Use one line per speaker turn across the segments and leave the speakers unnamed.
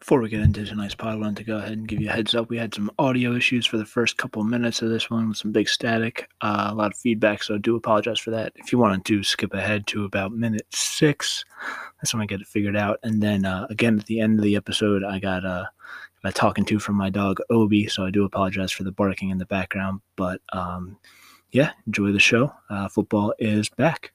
Before we get into tonight's pod, I wanted to go ahead and give you a heads up. We had some audio issues for the first couple minutes of this one with some big static, uh, a lot of feedback, so I do apologize for that. If you wanted to skip ahead to about minute six, that's when I get it figured out. And then uh, again, at the end of the episode, I got uh, got talking to from my dog, Obi, so I do apologize for the barking in the background. But um, yeah, enjoy the show. Uh, football is back.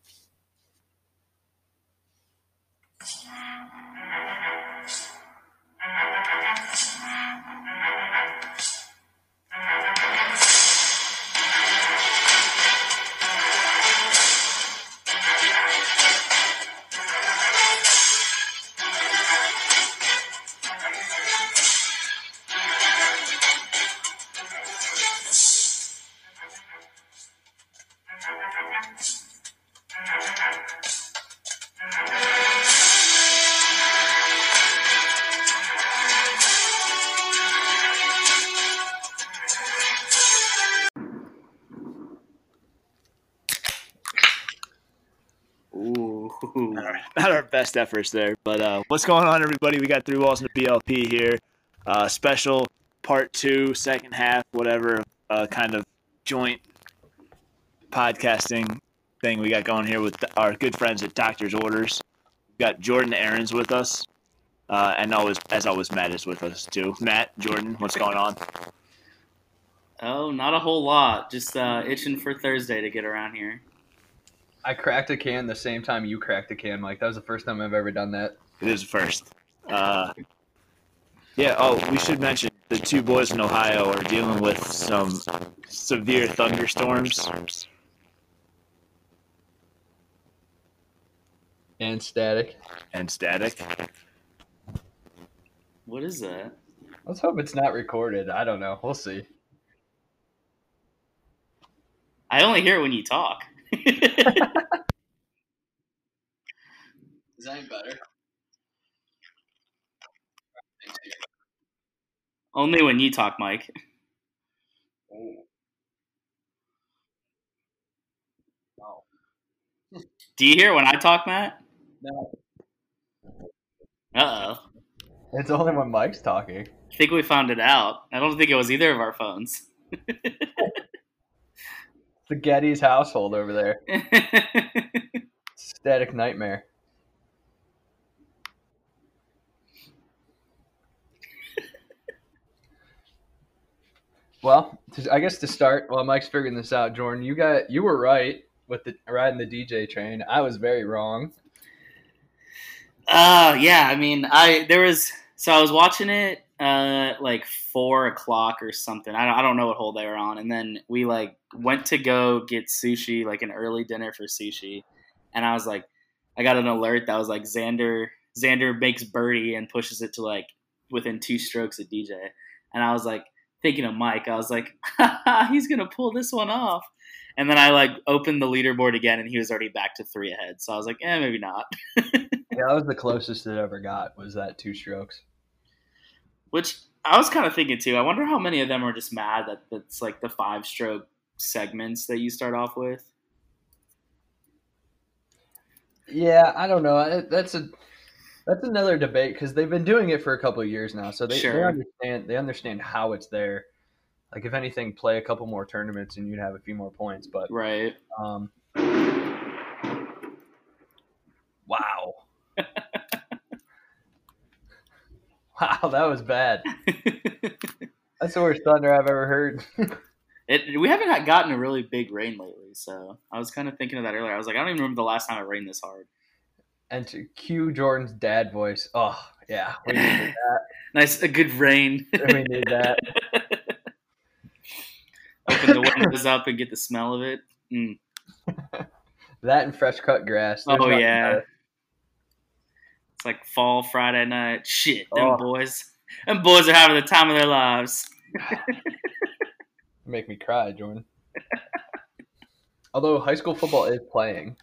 Ooh.
not our, not our best efforts there. But uh, what's going on, everybody? We got three walls and a BLP here. Uh, special part two, second half, whatever uh, kind of joint podcasting thing we got going here with the, our good friends at Doctor's Orders. We've got Jordan Aaron's with us. Uh, and always, as always, Matt is with us too. Matt, Jordan, what's going on?
Oh, not a whole lot. Just uh, itching for Thursday to get around here.
I cracked a can the same time you cracked a can, Mike. That was the first time I've ever done that.
It is first. Uh, yeah. Oh, we should mention the two boys in Ohio are dealing with some severe thunderstorms.
And static.
and static.
What is that?
Let's hope it's not recorded. I don't know. We'll see.
I only hear it when you talk.
Is that any better?
only when you talk, Mike. Do you hear when I talk, Matt?
No.
Uh oh.
It's only when Mike's talking.
I think we found it out. I don't think it was either of our phones.
The Getty's household over there. Static nightmare. well, to- I guess to start, while Mike's figuring this out, Jordan, you got you were right with the riding the DJ train. I was very wrong.
Uh yeah, I mean I there was so I was watching it uh like four o'clock or something. I don't I don't know what hole they were on. And then we like went to go get sushi, like an early dinner for sushi. And I was like I got an alert that was like Xander Xander makes birdie and pushes it to like within two strokes of DJ. And I was like thinking of Mike, I was like, he's gonna pull this one off. And then I like opened the leaderboard again and he was already back to three ahead. So I was like, eh, maybe not.
Yeah, that was the closest it ever got was that two strokes.
Which I was kind of thinking too. I wonder how many of them are just mad that that's like the five stroke segments that you start off with.
Yeah, I don't know. I- That's a that's another debate because they've been doing it for a couple of years now, so they, they
Sure.
understand they understand how it's there. Like if anything, play a couple more tournaments and you'd have a few more points. But
Right.
um, wow, wow, that was bad. That's the worst thunder I've ever heard.
It, we haven't had- gotten a really big rain lately, so I was kind of thinking of that earlier. I was like, I don't even remember the last time it rained this hard.
and to cue Jordan's dad voice. Oh yeah, we needed
Nice, a good rain.
that. we need that.
Open the windows up and get the smell of it. Mm.
That and fresh cut grass. There's
Oh,
nothing
yeah.
better.
It's like fall Friday night. Shit, them
Oh.
boys, them boys are having the time of their lives.
Make me cry, Jordan. Although high school football is playing.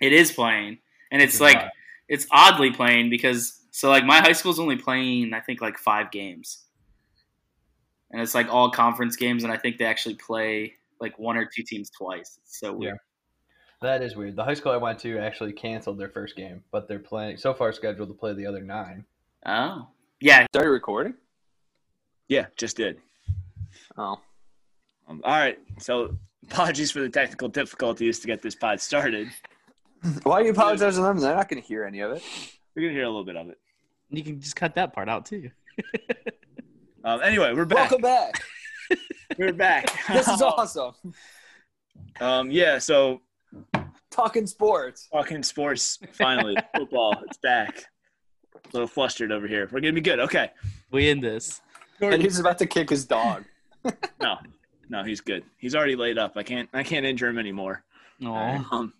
It is playing, and it's
It's
like
not.
it's oddly playing because so like my high school's only playing I think like five games, and it's like all conference games, and I think they actually play like one or two teams twice. It's so weird.
That is weird. The high school I went to actually canceled their first game, but they're playing so far scheduled to play the other nine.
Oh,
Yeah,
Started recording?
Yeah, just did.
Oh.
Um, all right. So apologies for the technical difficulties to get this pod started.
Why are you apologizing to them? They're not going to hear any of it.
We're gonna hear a little bit of it.
You can just cut that part out too.
Um, anyway, we're back.
Welcome back.
We're back.
This is awesome.
um, yeah. So
Talking sports.
talking sports. Finally, football. It's back. A little flustered over here. We're gonna be good. Okay.
We in this.
And he's about to kick his dog.
No, no, he's good. He's already laid up. I can't. I can't injure him anymore.
No.
Um,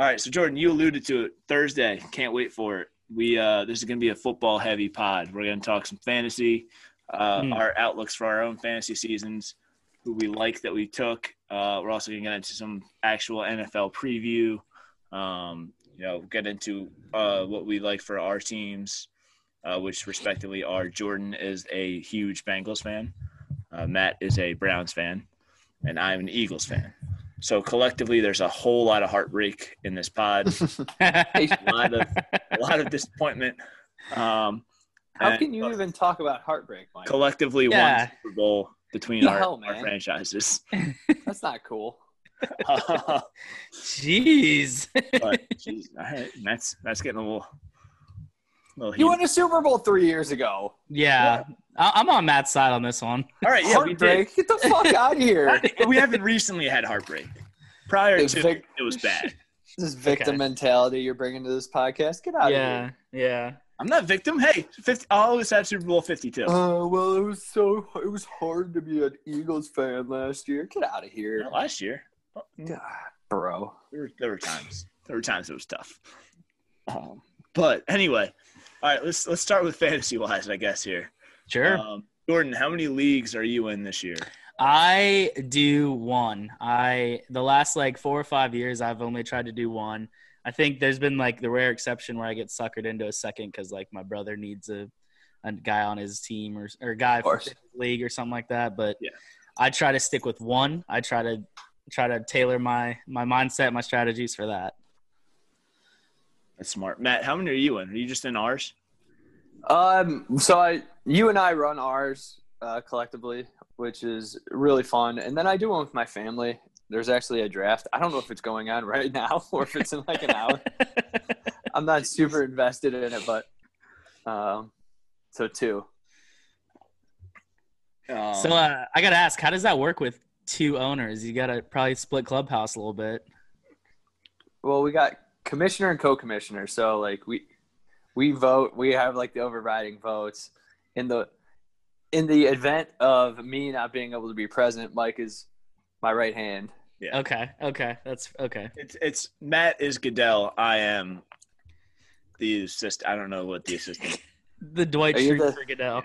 all right, so Jordan, you alluded to it Thursday. Can't wait for it. We uh, this is going to be a football heavy pod. We're going to talk some fantasy, uh,
Hmm.
our outlooks for our own fantasy seasons, who we like that we took. Uh, we're also going to get into some actual NFL preview. Um, you know, get into uh, what we like for our teams, uh, which respectively are Jordan is a huge Bengals fan, uh, Matt is a Browns fan, and I'm an Eagles fan. So collectively, there's a whole lot of heartbreak in this pod, a lot of a lot of disappointment. Um,
How
and
can you even talk about heartbreak, Mike?
collectively
Yeah.
one Super Bowl between
The
our,
hell,
our
man.
franchises?
That's not cool.
but,
Jeez.
geez, all right, that's that's getting a little. little
You
heated.
won a Super Bowl three years ago.
Yeah. I- I'm on Matt's side on this one.
all right, yeah, we did.
heartbreak. Get the fuck out of here.
we haven't recently had heartbreak. Prior
Dude,
to
Vic-
it was bad.
This victim
Okay.
mentality you're bringing to this podcast. Get out
Yeah. Yeah.
I'm not victim. Hey, 50, I always had Super Bowl 52.
of here. Oh well, it was so it was hard to be an Eagles fan last year. Get out of here,
Not last year,
God, bro.
there were, there were times there were times it was tough. Um, but anyway, all right, let's let's start with fantasy wise, I guess here.
Sure.
Um, Jordan, how many leagues are you in this year?
I do one. I the last like four or five years, I've only tried to do one. I think there's been like the rare exception where I get suckered into a second because like my brother needs a, a guy on his team or or a guy
Of
for
course.
league or something like that. But
Yeah.
I try to stick with one. I try to try to tailor my my mindset, my strategies for that.
That's smart, Matt. How many are you in? Are you just in ours?
Um, so I, you and I run ours uh, collectively, which is really fun. And then I do one with my family. There's actually a draft. I don't know if it's going on right now or if it's in like an hour. I'm not super invested in it, but um, so two.
Um,
so uh, I gotta ask, how does that work with two owners? You gotta probably split clubhouse a little bit.
Well, we got commissioner and co-commissioner. So like we we vote. We have like the overriding votes. In the in the event of me not being able to be present, Mike is my right hand.
Okay, okay, that's okay.
it's it's Matt is Goodell. I am the assistant. I don't know what the assistant.
The Dwight
Are you
Schrute
the-
for Goodell.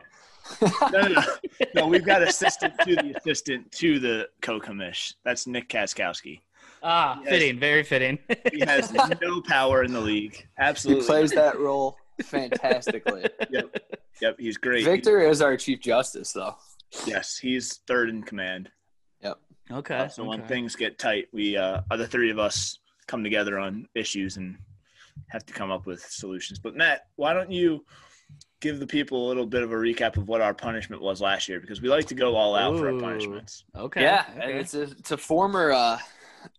No, no, no, no. We've got assistant to the assistant to the co-commish. That's Nick Kaskowski.
Ah,
Yes.
fitting, very fitting.
He has no power in the league.
He
Absolutely,
plays that role fantastically.
Yep, he's great.
Victor is our chief justice, though.
Yes, he's third in command.
okay.
so when
okay.
things get tight, we uh, the three of us come together on issues and have to come up with solutions. But Matt, why don't you give the people a little bit of a recap of what our punishment was last year? Because we like to go all out for our
Ooh.
punishments.
Okay.
yeah,
okay.
it's a it's a former, uh,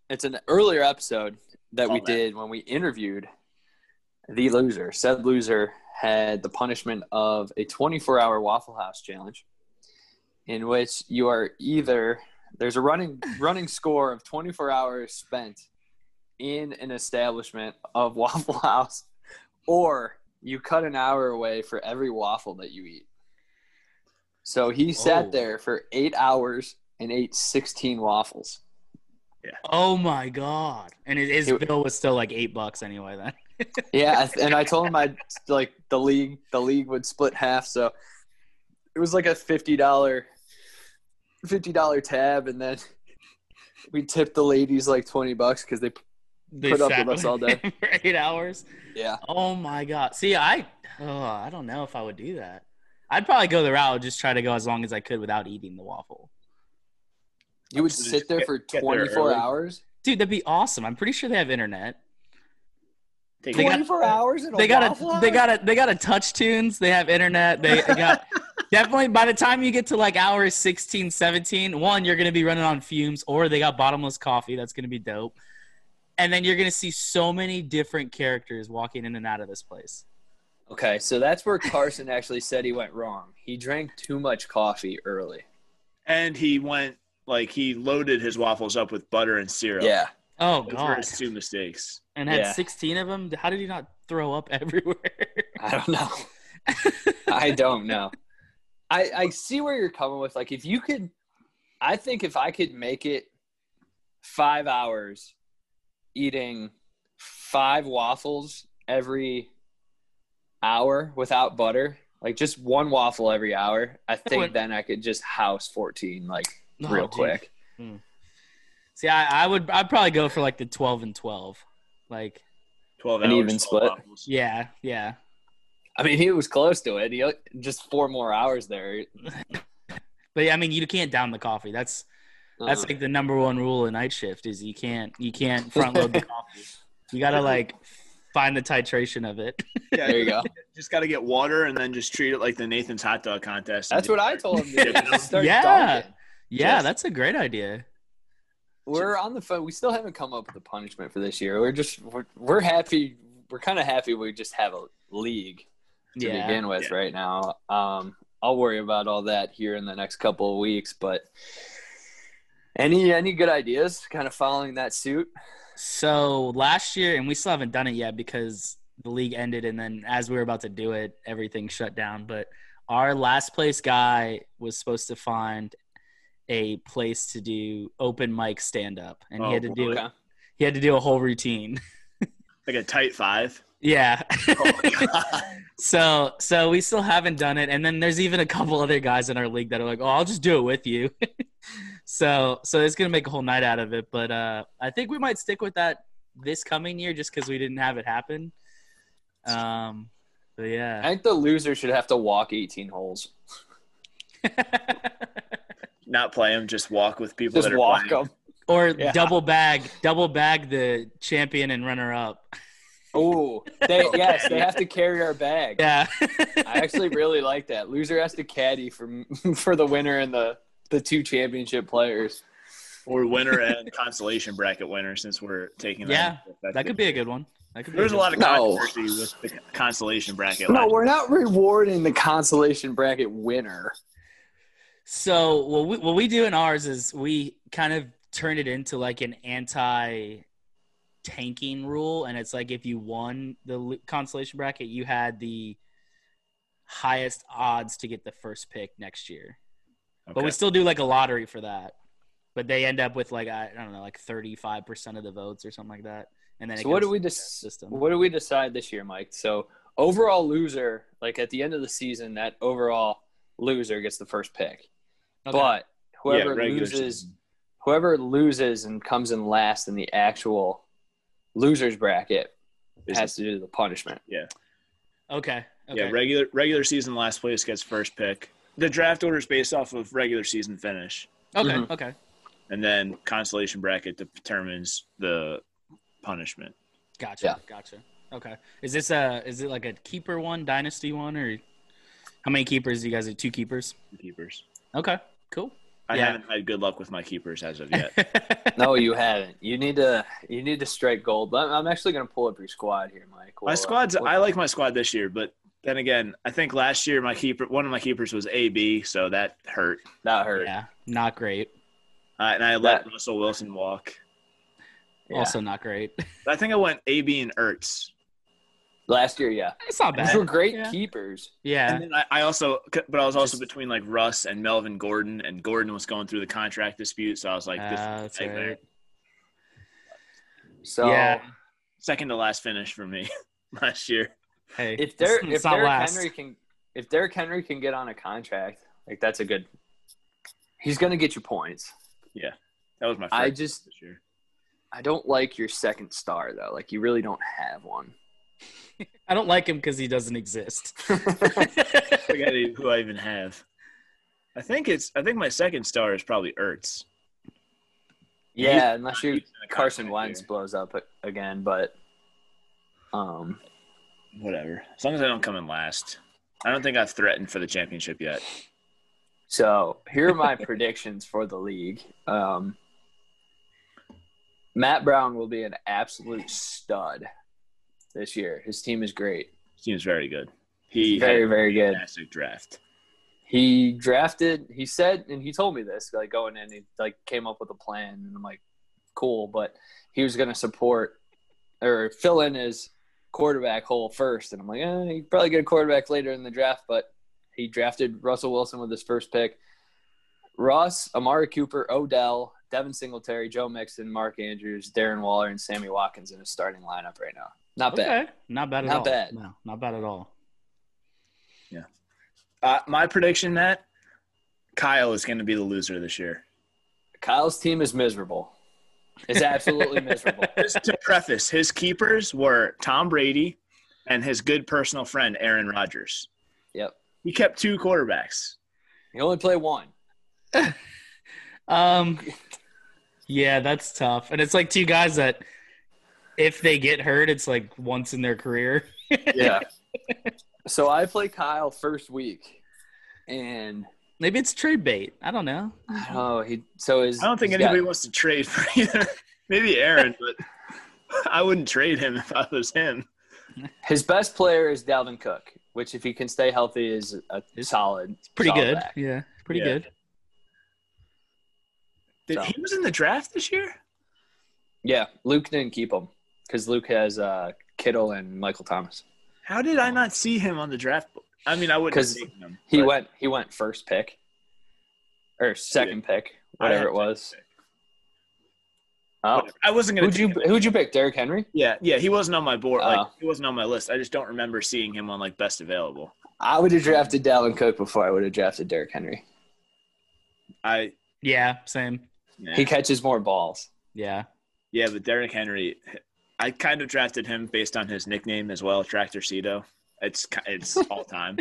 it's an earlier episode that we
Callback.
did when we interviewed the loser. Said loser had the punishment of a 24-hour Waffle House challenge, in which you are either there's a running running score of 24 hours spent in an establishment of Waffle House, or you cut an hour away for every waffle that you eat. So he
Oh.
sat there for eight hours and ate 16 waffles.
oh my god! And his, his
It-
bill was still like eight bucks anyway. Then.
Yeah, I th- and I told him I would like the league. The league would split half, so it was like a fifty dollar, fifty dollar tab, and then we tipped the ladies like twenty bucks because they.
They
Put up
sat
with us all day.
for eight hours.
Yeah,
Oh my god! See, I, oh, I don't know if I would do that. I'd probably go the route, of just try to go as long as I could without eating the waffle.
you would
Just
sit there for
get there
twenty four
early.
hours.
Dude, that'd be awesome. I'm pretty sure they have internet.
Take
They
it.
got-
24 hours at a
They got
Waffle
a they
House?
got a they got a touch tunes. They have internet. They got definitely by the time you get to like hours 16, 17, one you're gonna be running on fumes, or they got bottomless coffee. That's gonna be dope. And then you're gonna see so many different characters walking in and out of this place.
Okay, so that's where Carson actually said he went wrong. He drank too much coffee early.
and he went like he loaded his waffles up with butter and syrup.
Yeah.
Oh
Those were
god!
his two mistakes.
And had
Yeah.
16 of them. How did he not throw up everywhere?
I don't know. I don't know. I I see where you're coming with. Like if you could I think if I could make it five hours eating five waffles every hour without butter, like just one waffle every hour, I think
would-
then I could just house fourteen like
Oh,
real
geez.
quick.
See, I, I would I'd probably go for like the 12 and 12. Like
Twelve
An
hours.
even
12
split.
waffles.
yeah, yeah.
I mean he was close to it. He just four more hours there.
But I mean, you can't down the coffee. That's That's
Uh,
like the number one rule in night shift is you can't you can't front load the coffee. You gotta like find the titration of it.
Yeah,
there you go.
Just got to get water and then just treat it like the Nathan's hot dog contest.
That's what I told him. To do. Just start
Yeah.
dunking.
Yeah,
Yes.
that's a great idea.
We're on the phone. We still haven't come up with a punishment for this year. We're just we're, we're happy. We're kind of happy we just have a league to
Yeah.
begin with
Yeah.
right now. Um, I'll worry about all that here in the next couple of weeks. But any any good ideas? Kind of following that suit.
So last year, and we still haven't done it yet because the league ended, and then as we were about to do it, everything shut down. But our last place guy was supposed to find a place to do open mic stand up, and
Oh,
he had to do
okay.
he had to do a whole routine.
Like a tight five.
yeah.
Oh my God.
So so we still haven't done it, and then there's even a couple other guys in our league that are like, "Oh, I'll just do it with you." so so it's gonna make a whole night out of it, but uh, I think we might stick with that this coming year just because we didn't have it happen. Um, but
I
yeah,
think the loser should have to walk 18 holes.
Not play them. Just walk with people.
Just
that are
walk
playing.
them.
or
Yeah.
double bag double bag the champion and runner up.
Oh, they yes, they have to carry our bag.
Yeah,
I actually really like that. Loser has to caddy for for the winner and the the two championship players.
Or winner and consolation bracket winner, since we're taking that.
Yeah,
That's
that could be a good one. That could be
There was a
good
lot of
No.
controversy with the consolation bracket.
No,
last-
we're not rewarding the consolation bracket winner.
So what we, what we do in ours is we kind of turn it into like an anti tanking rule, and it's like if you won the l- consolation bracket, you had the highest odds to get the first pick next year. But
Okay.
we still do like a lottery for that. But they end up with like I, I don't know, like thirty five percent of the votes or something like that. And then it
So what
goes
do we
to the
dis-
system?
What do we decide this year, Mike? So overall loser, like at the end of the season, that overall loser gets the first pick.
Okay.
But whoever
Yeah, regular
loses,
season.
whoever loses and comes in last in the actual losers bracket
Is-
has to do the punishment.
okay. okay.
Yeah, regular regular season last place gets first pick. The draft order is based off of regular season finish,
okay.
Mhm.
Okay.
and then consolation bracket determines the punishment.
Gotcha.
Yeah.
Gotcha. Okay. Is this a is it like a keeper one, dynasty one, or how many keepers do you guys have? Two keepers.
for Keepers.
Okay. Cool.
I
Yeah.
haven't had good luck with my keepers as of yet.
No, you haven't. You need to. You need to strike gold. I'm- I'm actually going to pull up your squad here,
my
Mike. We'll, uh,
squad's.
we'll-
I like my squad this year, but then again, I think last year my keeper, one of my keepers was AB, so that hurt.
that hurt.
yeah. Not great.
Uh, and I let
That-
Russell Wilson walk.
Yeah.
Also not great.
I think I went AB and Ertz.
Last year, yeah.
it's not
These
bad.
were great
Yeah.
keepers.
Yeah.
And then I, I also, but I was also
Just-
between like Russ and Melvin Gordon, and Gordon was going through the contract dispute, so I was like, this
Uh,
is
that's
a nightmare.
right.
So
Yeah.
second to last finish for me last year.
Hey,
if
it's-
Derrick,
it's
if
not
Derrick
last.
Henry can, if Derrick Henry can get on a contract, like that's a good. He's going to get you points.
That was my first
I just,
this year.
I don't like your second star though. Like you really don't have one.
I don't like him because he doesn't exist.
I forget who I even have. I think it's. I think my second star is probably Ertz.
Yeah, unless you
He's in a
Carson
contract
Wentz
year.
blows up again, but Um,
Whatever. As long as I don't come in last. I don't think I've threatened for the championship yet.
So here are my predictions for the league. Um, Matt Brown will be an absolute stud this year. His team is great.
Seems very good. He had
Very,
a
very good.
fantastic draft.
He drafted, he said, and he told me this, like going in, he like came up with a plan, and I'm like, cool, but he was going to support or fill in his quarterback hole first. And I'm like, eh, he probably get a quarterback later in the draft, but he drafted Russell Wilson with his first pick. Russ, Amari Cooper, Odell, Devin Singletary, Joe Mixon, Mark Andrews, Darren Waller, and Sammy Watkins in his starting lineup right now. Not bad.
Okay. Not bad at
Not
all.
bad.
No, not bad at all.
Uh, my prediction, Matt, Kyle is going to be the loser this year.
Kyle's team is miserable. It's absolutely miserable.
Just to preface, his keepers were Tom Brady and his good personal friend, Aaron Rodgers.
Yep.
He kept two quarterbacks.
You only play one.
Um, yeah, that's tough. And it's like two guys that, if they get hurt, it's like once in their career.
Yeah. so I play Kyle first week, and
Maybe it's trade bait. I don't know.
oh, he so is.
I don't think
he's got-
anybody wants to trade for either. Maybe Aaron, but I wouldn't trade him if I was him.
his best player is Dalvin Cook, which if he can stay healthy is a
It's
solid.
Pretty
solid
good.
back.
Yeah, pretty
Yeah.
good.
Did,
So.
He was in the draft this year?
Yeah, Luke didn't keep him because Luke has uh, Kittle and Michael Thomas.
How did I not see him on the draft board? I mean, I wouldn't have
'Cause
taken him.
He
but
went. He went first pick, or second pick,
I had
whatever it
second
was.
pick.
Oh,
whatever. I wasn't going
who'd
to.
you who'd you pick? Derrick Henry.
Yeah, yeah, he wasn't on my board. Like
Oh.
he wasn't on my list. I just don't remember seeing him on like best available.
I would have drafted Dalvin Cook before I would have drafted Derrick Henry.
I
Yeah, same.
yeah,
He catches more balls.
Yeah.
yeah but Derrick Henry, I kind of drafted him based on his nickname as well, Tractor Cito. It's ki- it's all time.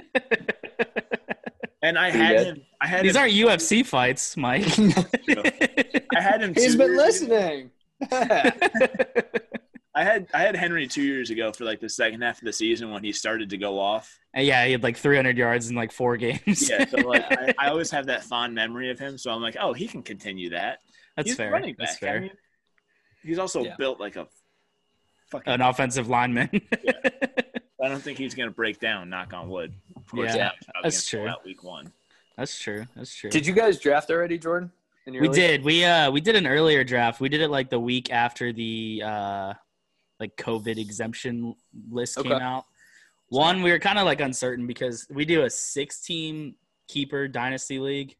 and I
Pretty
had
good.
him. I had
These
him.
aren't UFC fights, Mike.
I had him.
He's
two
been
years ago.
listening.
I had I had Henry two years ago for like the second half of the season when he started to go off.
And yeah, he had like 300 yards in like four games.
Yeah, so like I, I always have that fond memory of him. So I'm like, oh, he can continue that.
That's
he's a
fair.
Running back.
That's fair.
I mean, he's also
Yeah.
built like a fucking.
An offensive lineman.
I don't think he's going to break down. Knock on wood. Of course,
Yeah,
not. He's probably
that's
gonna pull
true.
Out week one.
That's true. That's true.
Did you guys draft already, Jordan? In your
we
league?
did. We uh we did an earlier draft. We did it like the week after the uh like COVID exemption list came
Okay.
out. One, we were kind of like uncertain because we do a six team keeper dynasty league.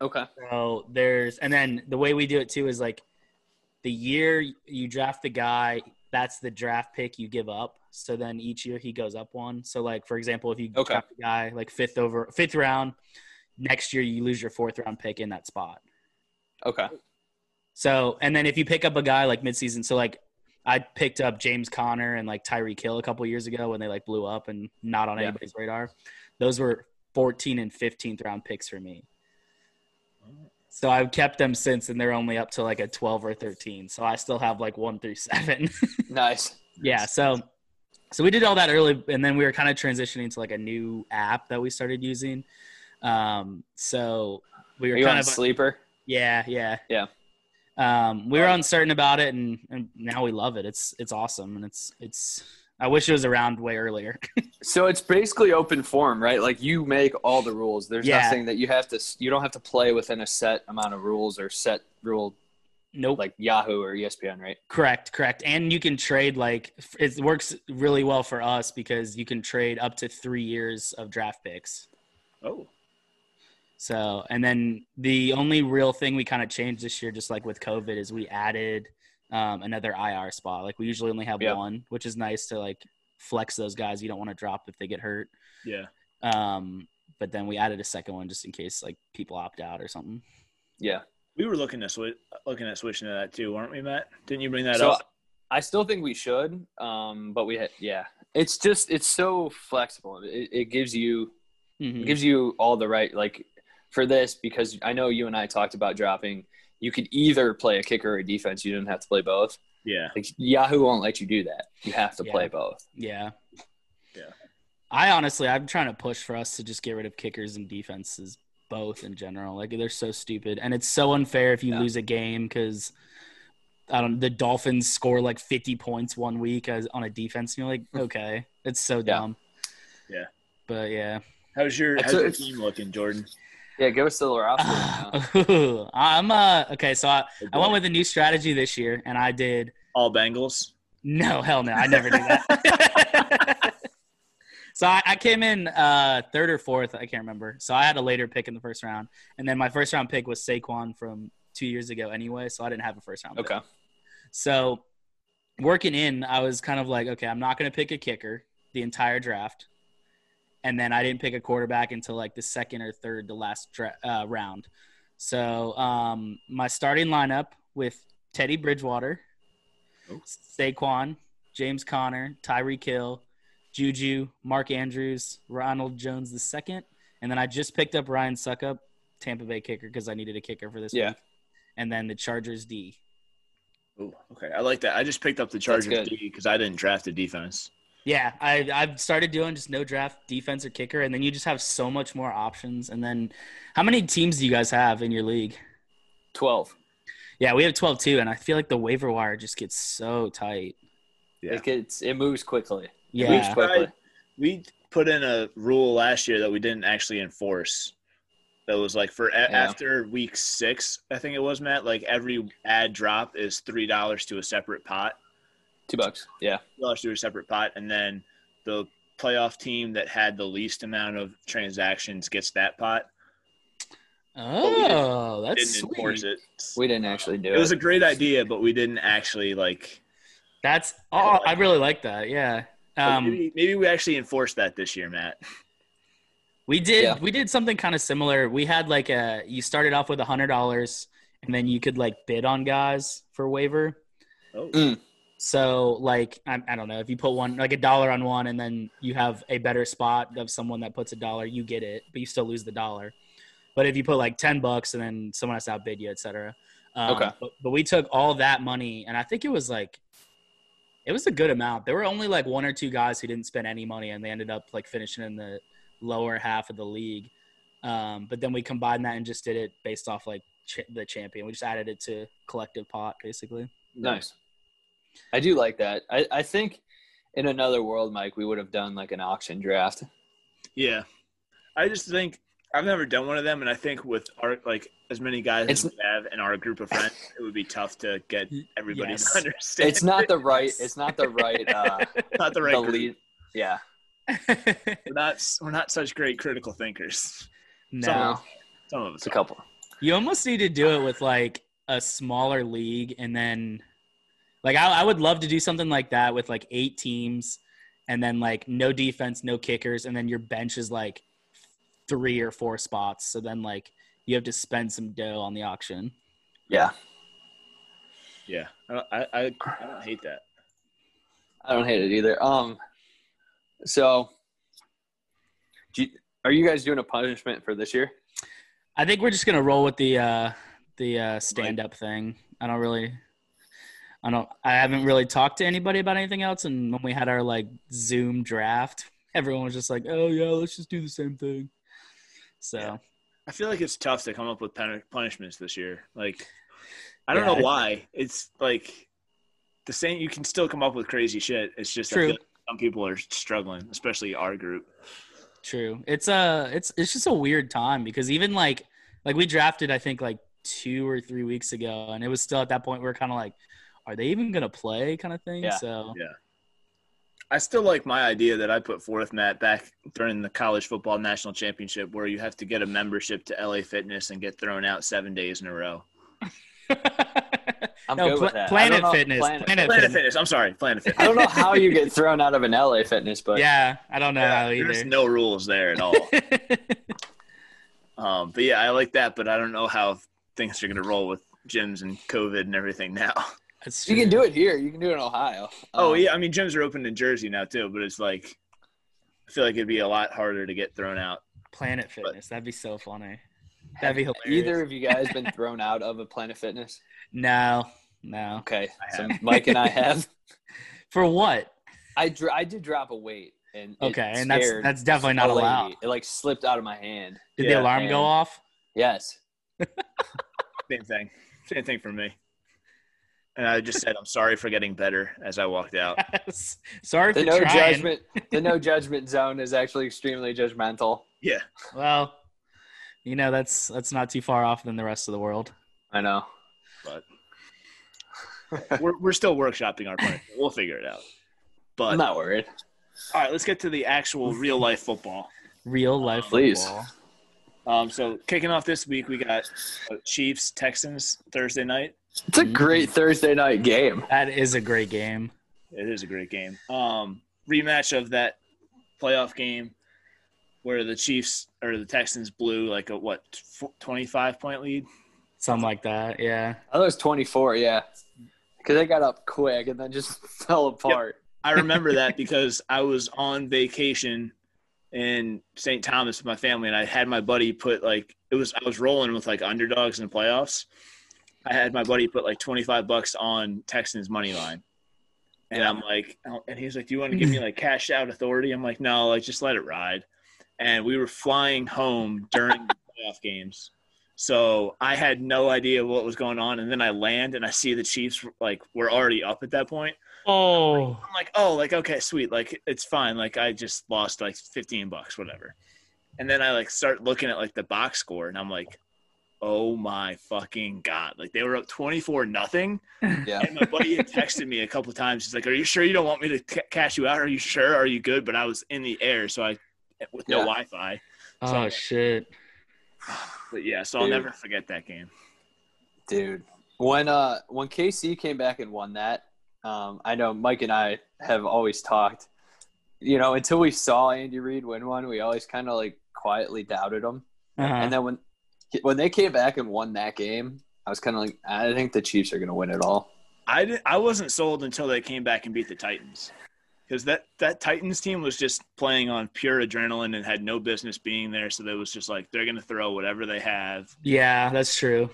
Okay.
So there's and then the way we do it too is like the year you draft the guy, that's the draft pick you give up. So then each year he goes up one. So like for example, if you
Okay.
draft the guy like fifth over fifth round, next year you lose your fourth round pick in that spot.
Okay.
So, and then if you pick up a guy like midseason, so like I picked up James Conner and like Tyree Kill a couple years ago when they like blew up and not on
Yeah.
anybody's radar. Those were 14 and 15th round picks for me. So I've kept them since, and they're only up to like a 12 or 13. So I still have like one through seven.
Nice.
yeah. So, so we did all that early, and then we were kind of transitioning to like a new app that we started using. Um, so we
Are
were
you
kind
on
of
sleeper?
yeah, yeah,
Yeah.
Um, we were uncertain about it, and, and now we love it. It's it's awesome, and it's it's. I wish it was around way earlier.
So it's basically open form, right? Like you make all the rules. There's
Yeah.
nothing that you have to. You don't have to play within a set amount of rules or set rule
nope.
like Yahoo or E ESPN, right?
correct, correct. And you can trade like f- it works really well for us because you can trade up to three years of draft picks.
Oh,
So, and then the only real thing we kind of changed this year, just like with COVID, is we added um, another IR spot. Like we usually only have
Yeah.
one, which is nice to like flex those guys you don't want to drop if they get hurt.
yeah.
Um, but then we added a second one just in case like people opt out or something.
Yeah.
We were looking at swi- looking at switching to that too, weren't we, Matt? Didn't you bring that
so
up?
I still think we should, um, but we ha- yeah. It's just it's so flexible. It, it gives you
Mm-hmm.
It gives you all the right like for this because I know you and I talked about dropping. You could either play a kicker or a defense. You didn't have to play both.
Yeah.
Like, Yahoo won't let you do that. You have to
Yeah.
play both.
Yeah.
Yeah.
I honestly, I'm trying to push for us to just get rid of kickers and defenses both in general. Like they're so stupid, and it's so unfair if you
Yeah.
lose a game because I don't. The Dolphins score like 50 points one week as on a defense, and you're like, okay, it's so dumb.
Yeah.
But yeah,
How's your
That's
how's
a-
your team looking, Jordan?
Yeah, go with Silver uh,
I'm uh okay. So I, I went with a new strategy this year, and I did
all Bengals.
No, hell no. I never do that. so I, I came in uh, third or fourth. I can't remember. So I had a later pick in the first round. And then my first round pick was Saquon from two years ago anyway. So I didn't have a first round pick.
Okay.
So working in, I was kind of like, okay, I'm not going to pick a kicker the entire draft. And then I didn't pick a quarterback until like the second or third to last dra- uh, round. So um, my starting lineup with Teddy Bridgewater,
Oh.
Saquon, James Conner, Tyree Kill, Juju, Mark Andrews, Ronald Jones II, and then I just picked up Ryan Suckup, Tampa Bay kicker, because I needed a kicker for this
Yeah.
week, and then the Chargers D.
Ooh, Oh, okay. I like that. I just picked up the Chargers
good.
D because I didn't draft a defense.
Yeah, I I've started doing just no draft defense or kicker, and then you just have so much more options. And then, how many teams do you guys have in your league?
12.
Yeah, we have twelve too, and I feel like the waiver wire just gets so tight.
Yeah.
It, gets, it moves quickly. It moves
Yeah,
quickly.
Right. We put in a rule last year that we didn't actually enforce. That was like for a- after week six, I think it was Matt. Like every ad drop is three dollars to a separate pot.
Two bucks. Yeah.
dollars to a separate pot, and then the playoff team that had the least amount of transactions gets that pot.
Oh,
Didn't
that's
enforce
sweet.
it.
We didn't actually do
It
it.
was a great idea, but we didn't actually like.
That's oh,
I like
I really like that. Yeah. Um,
maybe, maybe we actually enforced that this year, Matt.
we did
Yeah.
we did something kind of similar. We had like a you started off with a hundred dollars, and then you could like bid on guys for waiver.
Oh,
Mm.
So like I, I don't know if you put one like a dollar on one and then you have a better spot of someone that puts a dollar, you get it, but you still lose the dollar. But if you put like ten bucks and then someone has to outbid you, etc. Um,
Okay.
But, but we took all that money and I think it was like it was a good amount. There were only like one or two guys who didn't spend any money and they ended up like finishing in the lower half of the league. Um, but then we combined that and just did it based off like ch- the champion. We just added it to collective pot basically.
Nice. I do like that. I, I think in another world, Mike, we would have done like an auction draft.
Yeah, I just think I've never done one of them, and I think with our like as many guys as
It's-
we have in our group of friends, it would be tough to get everybody
Yes.
to understand.
It's not the right. It's not the right. Uh,
not the right.
the
group.
lead. Yeah.
We're not we're not such great critical thinkers.
no.
No.
Some of us.
It's a
are.
couple.
You almost need to do it with like a smaller league and then like I, I would love to do something like that with like eight teams and then like no defense, no kickers, and then your bench is like three or four spots. So then like you have to spend some dough on the auction.
Yeah.
Yeah, I don't, I, I, I don't hate that.
I don't hate it either. Um. So, do you- are you guys doing a punishment for this year?
I think we're just gonna roll with the uh the uh stand up thing. I don't really I don't I haven't really talked to anybody about anything else and when we had our like Zoom draft, everyone was just like, Oh yeah, let's just do the same thing. So
Yeah. I feel like it's tough to come up with pun- punishments this year. Like, I don't
Yeah.
know why. It's like the same. You can still come up with crazy shit. It's just I
True.
feel like some people are struggling, especially our group.
True. It's a it's it's just a weird time because even like like we drafted I think like two or three weeks ago and it was still at that point we are kind of like, are they even gonna play kind of thing?
Yeah.
So
I still like my idea that I put forth, Matt, back during the college football national championship, where you have to get a membership to LA Fitness and get thrown out seven days in a row.
I'm
No,
good
Pla-
with that. I
Planet
don't know-
Fitness,
Planet-
Planet-
Planet
Fitness.
Fitness. I'm sorry, Planet Fitness.
I don't know how you get thrown out of an LA Fitness, but
yeah, I don't know how
There's
either.
no rules there at all. Um, but yeah, I like that, but I don't know how things are going to roll with gyms and COVID and everything now.
That's
you can
true.
do it here. You can do it in Ohio.
Oh
Um,
yeah, I mean gyms are open in Jersey now too, but it's like I feel like it'd be a lot harder to get thrown out.
Planet Fitness. That'd be so funny. That'd be hilarious.
Either of you guys been thrown out of a Planet Fitness?
No, No.
Okay,
I
so Mike and I have.
For what?
I dr- I did drop a weight, and it
Okay, and that's
scared
that's definitely
a
not
lady.
allowed.
It like slipped out of my hand.
Did
Yeah,
the alarm go
and-
off?
Yes.
Same thing. Same thing for me. And I just said, I'm sorry for getting better as I walked out.
Yes. Sorry
The
for
no
trying.
judgment the no judgment zone is actually extremely judgmental.
Yeah.
Well, you know that's that's not too far off than the rest of the world.
I know.
We're, we're still workshopping our plan. We'll figure it out. But
I'm not worried.
all right, let's get to the actual real life football.
Real life
Oh, Please.
football.
Um, so kicking off this week, we got uh, Chiefs Texans Thursday night.
It's a great Thursday night game.
That is a great game.
It is a great game. Um, rematch of that playoff game where the Chiefs or the Texans blew like a what tw- 25 point lead.
Something like that. Yeah.
I was 24, yeah. Because they got up quick and then just fell apart.
I remember that because I was on vacation in St. Thomas with my family, and I had my buddy put like it was. I was rolling with like underdogs in the playoffs. I had my buddy put like twenty five bucks on Texans money line, and I'm like, oh, and he was like, "Do you want to give me like cash out authority?" I'm like, "No, like just let it ride." And we were flying home during the playoff games. So I had no idea what was going on, and then I land and I see the Chiefs like were already up at that point.
Oh.
I'm like, oh, like okay, sweet, like it's fine. Like I just lost like 15 bucks, whatever. And then I like start looking at like the box score, and I'm like, oh my fucking god! Like they were up 24 nothing.
Yeah.
And my buddy had texted me a couple times. He's like, are you sure you don't want me to ca- cash you out? Are you sure? Are you good? But I was in the air, so I with no
Yeah.
Wi-Fi.
Oh shit.
But yeah, so I'll
Dude.
never forget that game.
Dude. When uh when KC came back and won that, um, I know Mike and I have always talked. You know, until we saw Andy Reid win one, we always kind of like quietly doubted him.
Uh-huh.
And then when when they came back and won that game, I was kind of like, I think the Chiefs are going to win it all.
I didn't, I wasn't sold until they came back and beat the Titans. Because that, that Titans team was just playing on pure adrenaline and had no business being there. So they was just like, they're going to throw whatever they have.
Yeah, that's true.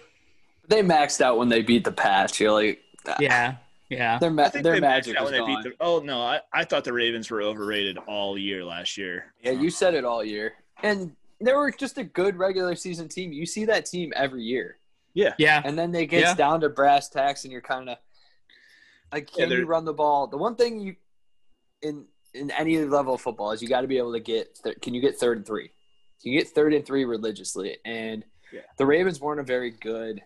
They maxed out when they beat the Pats. You're like,
Yeah. Yeah.
their ma- their
they
magic
maxed out
is
when they beat
gone.
the- oh, no. I, I thought the Ravens were overrated all year last year.
yeah, you said it all year, and they were just a good regular season team. You see that team every year,
Yeah.
and then they get
Yeah.
down to brass tacks, and you're kind of like,
Yeah,
can
they're-
you run the ball? The one thing you in in any level of football is you got to be able to get. Th- can you get third and three? Can you get third and three religiously? And
Yeah.
the Ravens weren't a very good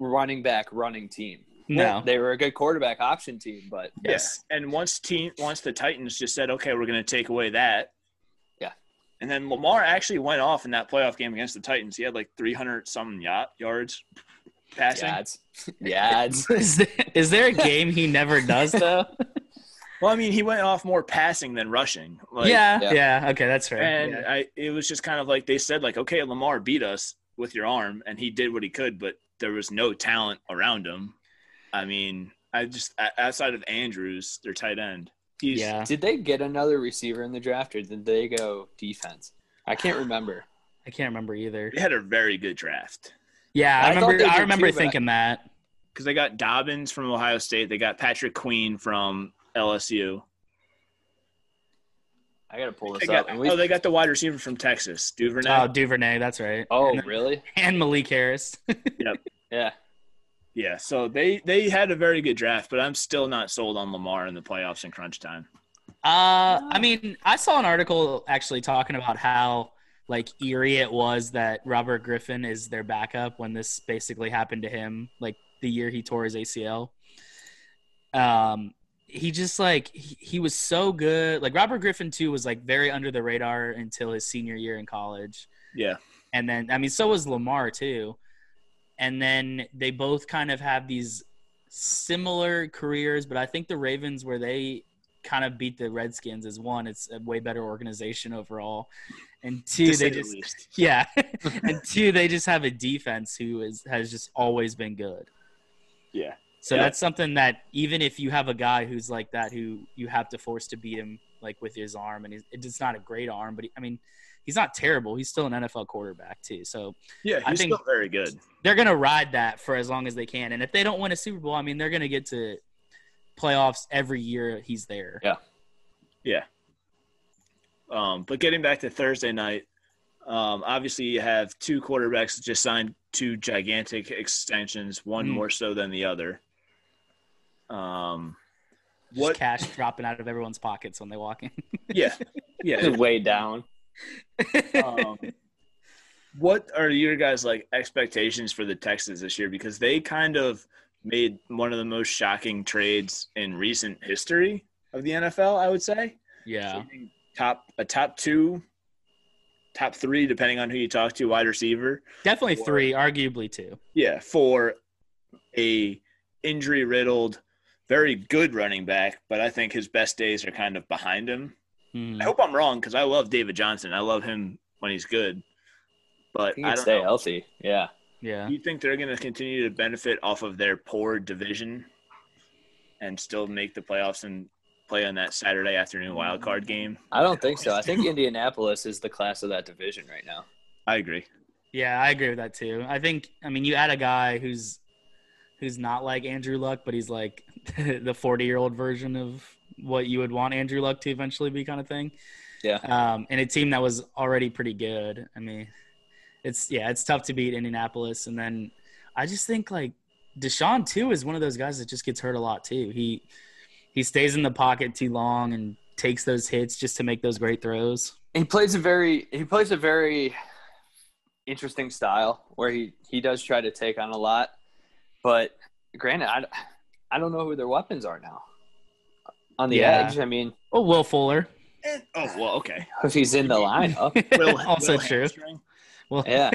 running back running team.
No.
They were a good quarterback option team, but
Yes.
Yeah. And once team once the Titans just said, okay, we're going to take away that.
Yeah.
And then Lamar actually went off in that playoff game against the Titans. He had like 300 some ya- yards passing.
Yads. Yads.
Is there, is there a game he never does though?
Well, I mean, he went off more passing than rushing. Like,
yeah,
yeah.
yeah. Okay, that's fair.
And
Yeah.
I, it was just kind of like they said, like, okay, Lamar beat us with your arm, and he did what he could, but there was no talent around him. I mean, I just o- outside of Andrews, their tight end, he's
yeah.
Did they get another receiver in the draft or did they go defense? I can't remember.
I can't remember either.
they had a very good draft
Yeah,
I
I,
thought they
remember.
did
I
too,
remember
but I-
thinking that.
because they got Dobbins from Ohio State, they got Patrick Queen from LSU.
I gotta pull
They
this
got,
up. And we-
oh, they got the wide receiver from Texas, Duvernay.
Oh, Duvernay, that's right.
oh,
and,
really?
and Malik Harris.
Yeah.
yeah, so they they had a very good draft, but I'm still not sold on Lamar in the playoffs and crunch time.
Uh, I mean, I saw an article actually talking about how like eerie it was that Robert Griffin is their backup when this basically happened to him, like the year he tore his ACL. Um, he just like he, he was so good. Like Robert Griffin too was like very under the radar until his senior year in college.
Yeah.
And then I mean, so was Lamar too. And then they both kind of have these similar careers, but I think the Ravens where they kind of beat the Redskins is one, it's a way better organization overall. And two,
to say
they
the
just
least.
yeah. and two, they just have a defense who is has just always been good.
Yeah.
So
Yeah.
that's something that even if you have a guy who's like that who you have to force to beat him like with his arm, and he's, it's not a great arm, but he, I mean, he's not terrible. He's still an NFL quarterback too. So
Yeah,
I
he's
think-
still very good.
they're gonna ride that for as long as they can. And if they don't win a Super Bowl, I mean, they're gonna get to playoffs every year he's there.
Yeah.
Um, but getting back to Thursday night, um, obviously you have two quarterbacks that just signed two gigantic extensions, one
Mm.
more so than the other. Um,
Just
what?
cash dropping out of everyone's pockets when they walk in.
yeah, yeah.
way down.
Um, what are your guys' like expectations for the Texans this year? Because they kind of made one of the most shocking trades in recent history of the NFL. I would say.
yeah.
trading top a top two, top three, depending on who you talk to, wide receiver.
Definitely three, arguably two.
Yeah, for a injury riddled, very good running back, but I think his best days are kind of behind him.
Hmm.
I hope I'm wrong because I love David Johnson. I love him when he's good, but
He
I
can
don't
stay
know.
healthy. Yeah.
Yeah.
Do you think they're going to continue to benefit off of their poor division and still make the playoffs and play on that Saturday afternoon wild card game?
I don't think so. I think Indianapolis is the class of that division right now.
I agree.
Yeah, I agree with that too. I think I mean you add a guy who's who's not like Andrew Luck, but he's like the forty year old version of what you would want Andrew Luck to eventually be kind of thing.
Yeah.
Um and a team that was already pretty good. I mean it's yeah, it's tough to beat Indianapolis and then I just think like Deshaun too is one of those guys that just gets hurt a lot too. He he stays in the pocket too long and takes those hits just to make those great throws.
He plays a very he plays a very interesting style where he he does try to take on a lot, but granted, I I don't know who their weapons are now. On the
Yeah.
edge, I mean,
Oh, Will Fuller.
Eh, oh well, okay.
if he's in the lineup,
Will-
also
Will
true.
hamstring.
Well,
Yeah.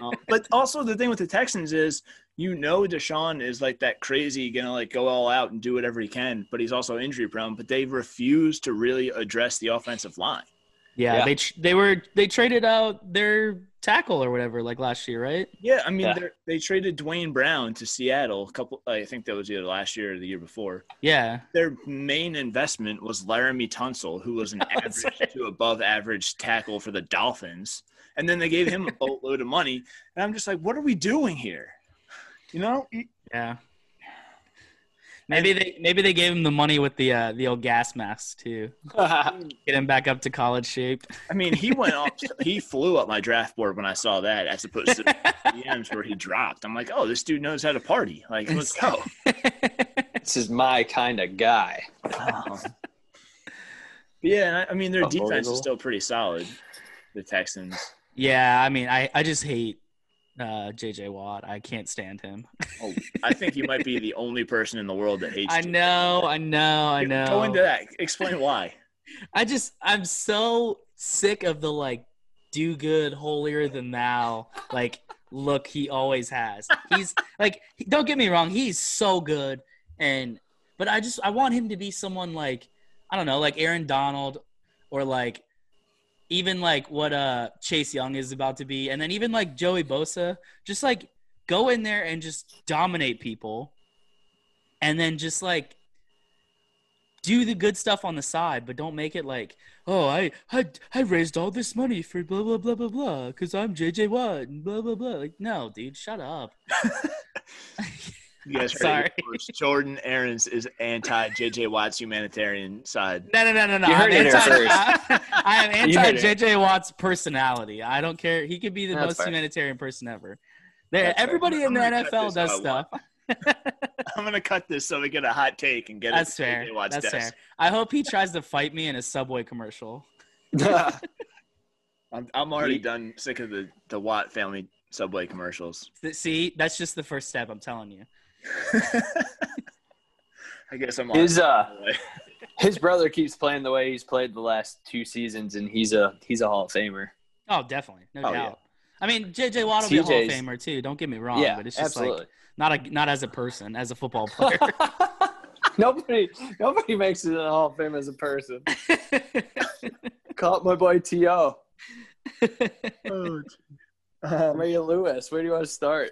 Um, but also the thing with the Texans is you know Deshaun is like that crazy gonna like go all out and do whatever he can, but he's also injury prone. But they refuse to really address the offensive line.
Yeah,
Yeah.
they tr- they were they traded out their tackle or whatever like last year, right?
Yeah, I mean
Yeah.
they're they traded Dwayne Brown to Seattle a couple. I think that was either last year or the year before.
Yeah,
Their main investment was Laramie Tunsil, who was an
That's
average to above average tackle for the Dolphins, and then they gave him a boatload of money. And I'm just like, what are we doing here? You know,
yeah. Maybe they maybe they gave him the money with the uh, the old gas mask too. Get him back up to college shape.
I mean, he went off. He flew up my draft board when I saw that, as opposed to DMs where he dropped. I'm like, oh, this dude knows how to party. Like, let's go.
this is my kind of guy.
Um, yeah, and I, I mean, their defense
Unbelievable.
is still pretty solid. The Texans.
yeah, I mean, I I just hate uh, J.J. Watt. I can't stand him.
Oh, I think you might be the only person in the world that hates.
I
Jimmy.
know, I know, I know.
Go into that. Explain why.
I just I'm so sick of the like do good holier than thou like look he always has. He's like he- don't get me wrong, he's so good and but I just I want him to be someone like I don't know, like Aaron Donald or like even like what uh Chase Young is about to be and then even like Joey Bosa just like go in there and just dominate people and then just like do the good stuff on the side, but don't make it like, oh, I I, I raised all this money for blah blah blah blah blah because I'm JJ Watt and blah blah blah. Like, no, dude, shut up.
You guys heard it
Sorry.
here first. Jordan Aarons is anti JJ Watt's humanitarian side.
No, no, no, no, no.
You heard
I'm
it here
anti,
first.
I, I am
You
anti
heard it.
JJ Watt's personality. I don't care. He could be the
That's
most
fair.
humanitarian person ever. There-
That's fair.
everybody
I'm
in the
gonna cut
NFL
this
does
out.
stuff.
I'm gonna cut this so we get a hot take and get
That's
it. to
fair.
JJ Watt's
That's
desk.
fair. I hope he tries to fight me in a Subway commercial.
I'm, I'm already
We-
done sick of the, the Watt family Subway commercials.
See, that's just the first step. I'm telling you.
I guess I'm on.
his uh his brother keeps playing the way he's played the last two seasons, and he's a he's a Hall of Famer.
Oh, definitely, no
Oh,
doubt.
yeah.
I mean, JJ Watt will be a Hall of
TJ's
Famer too. Don't get me wrong,
yeah,
but it's just
absolutely.
like not a not as a person, as a football player.
nobody nobody makes it in the Hall of Fame as a person. Caught my boy T.O.
Oh.
Maria Lewis. Where do you want to start?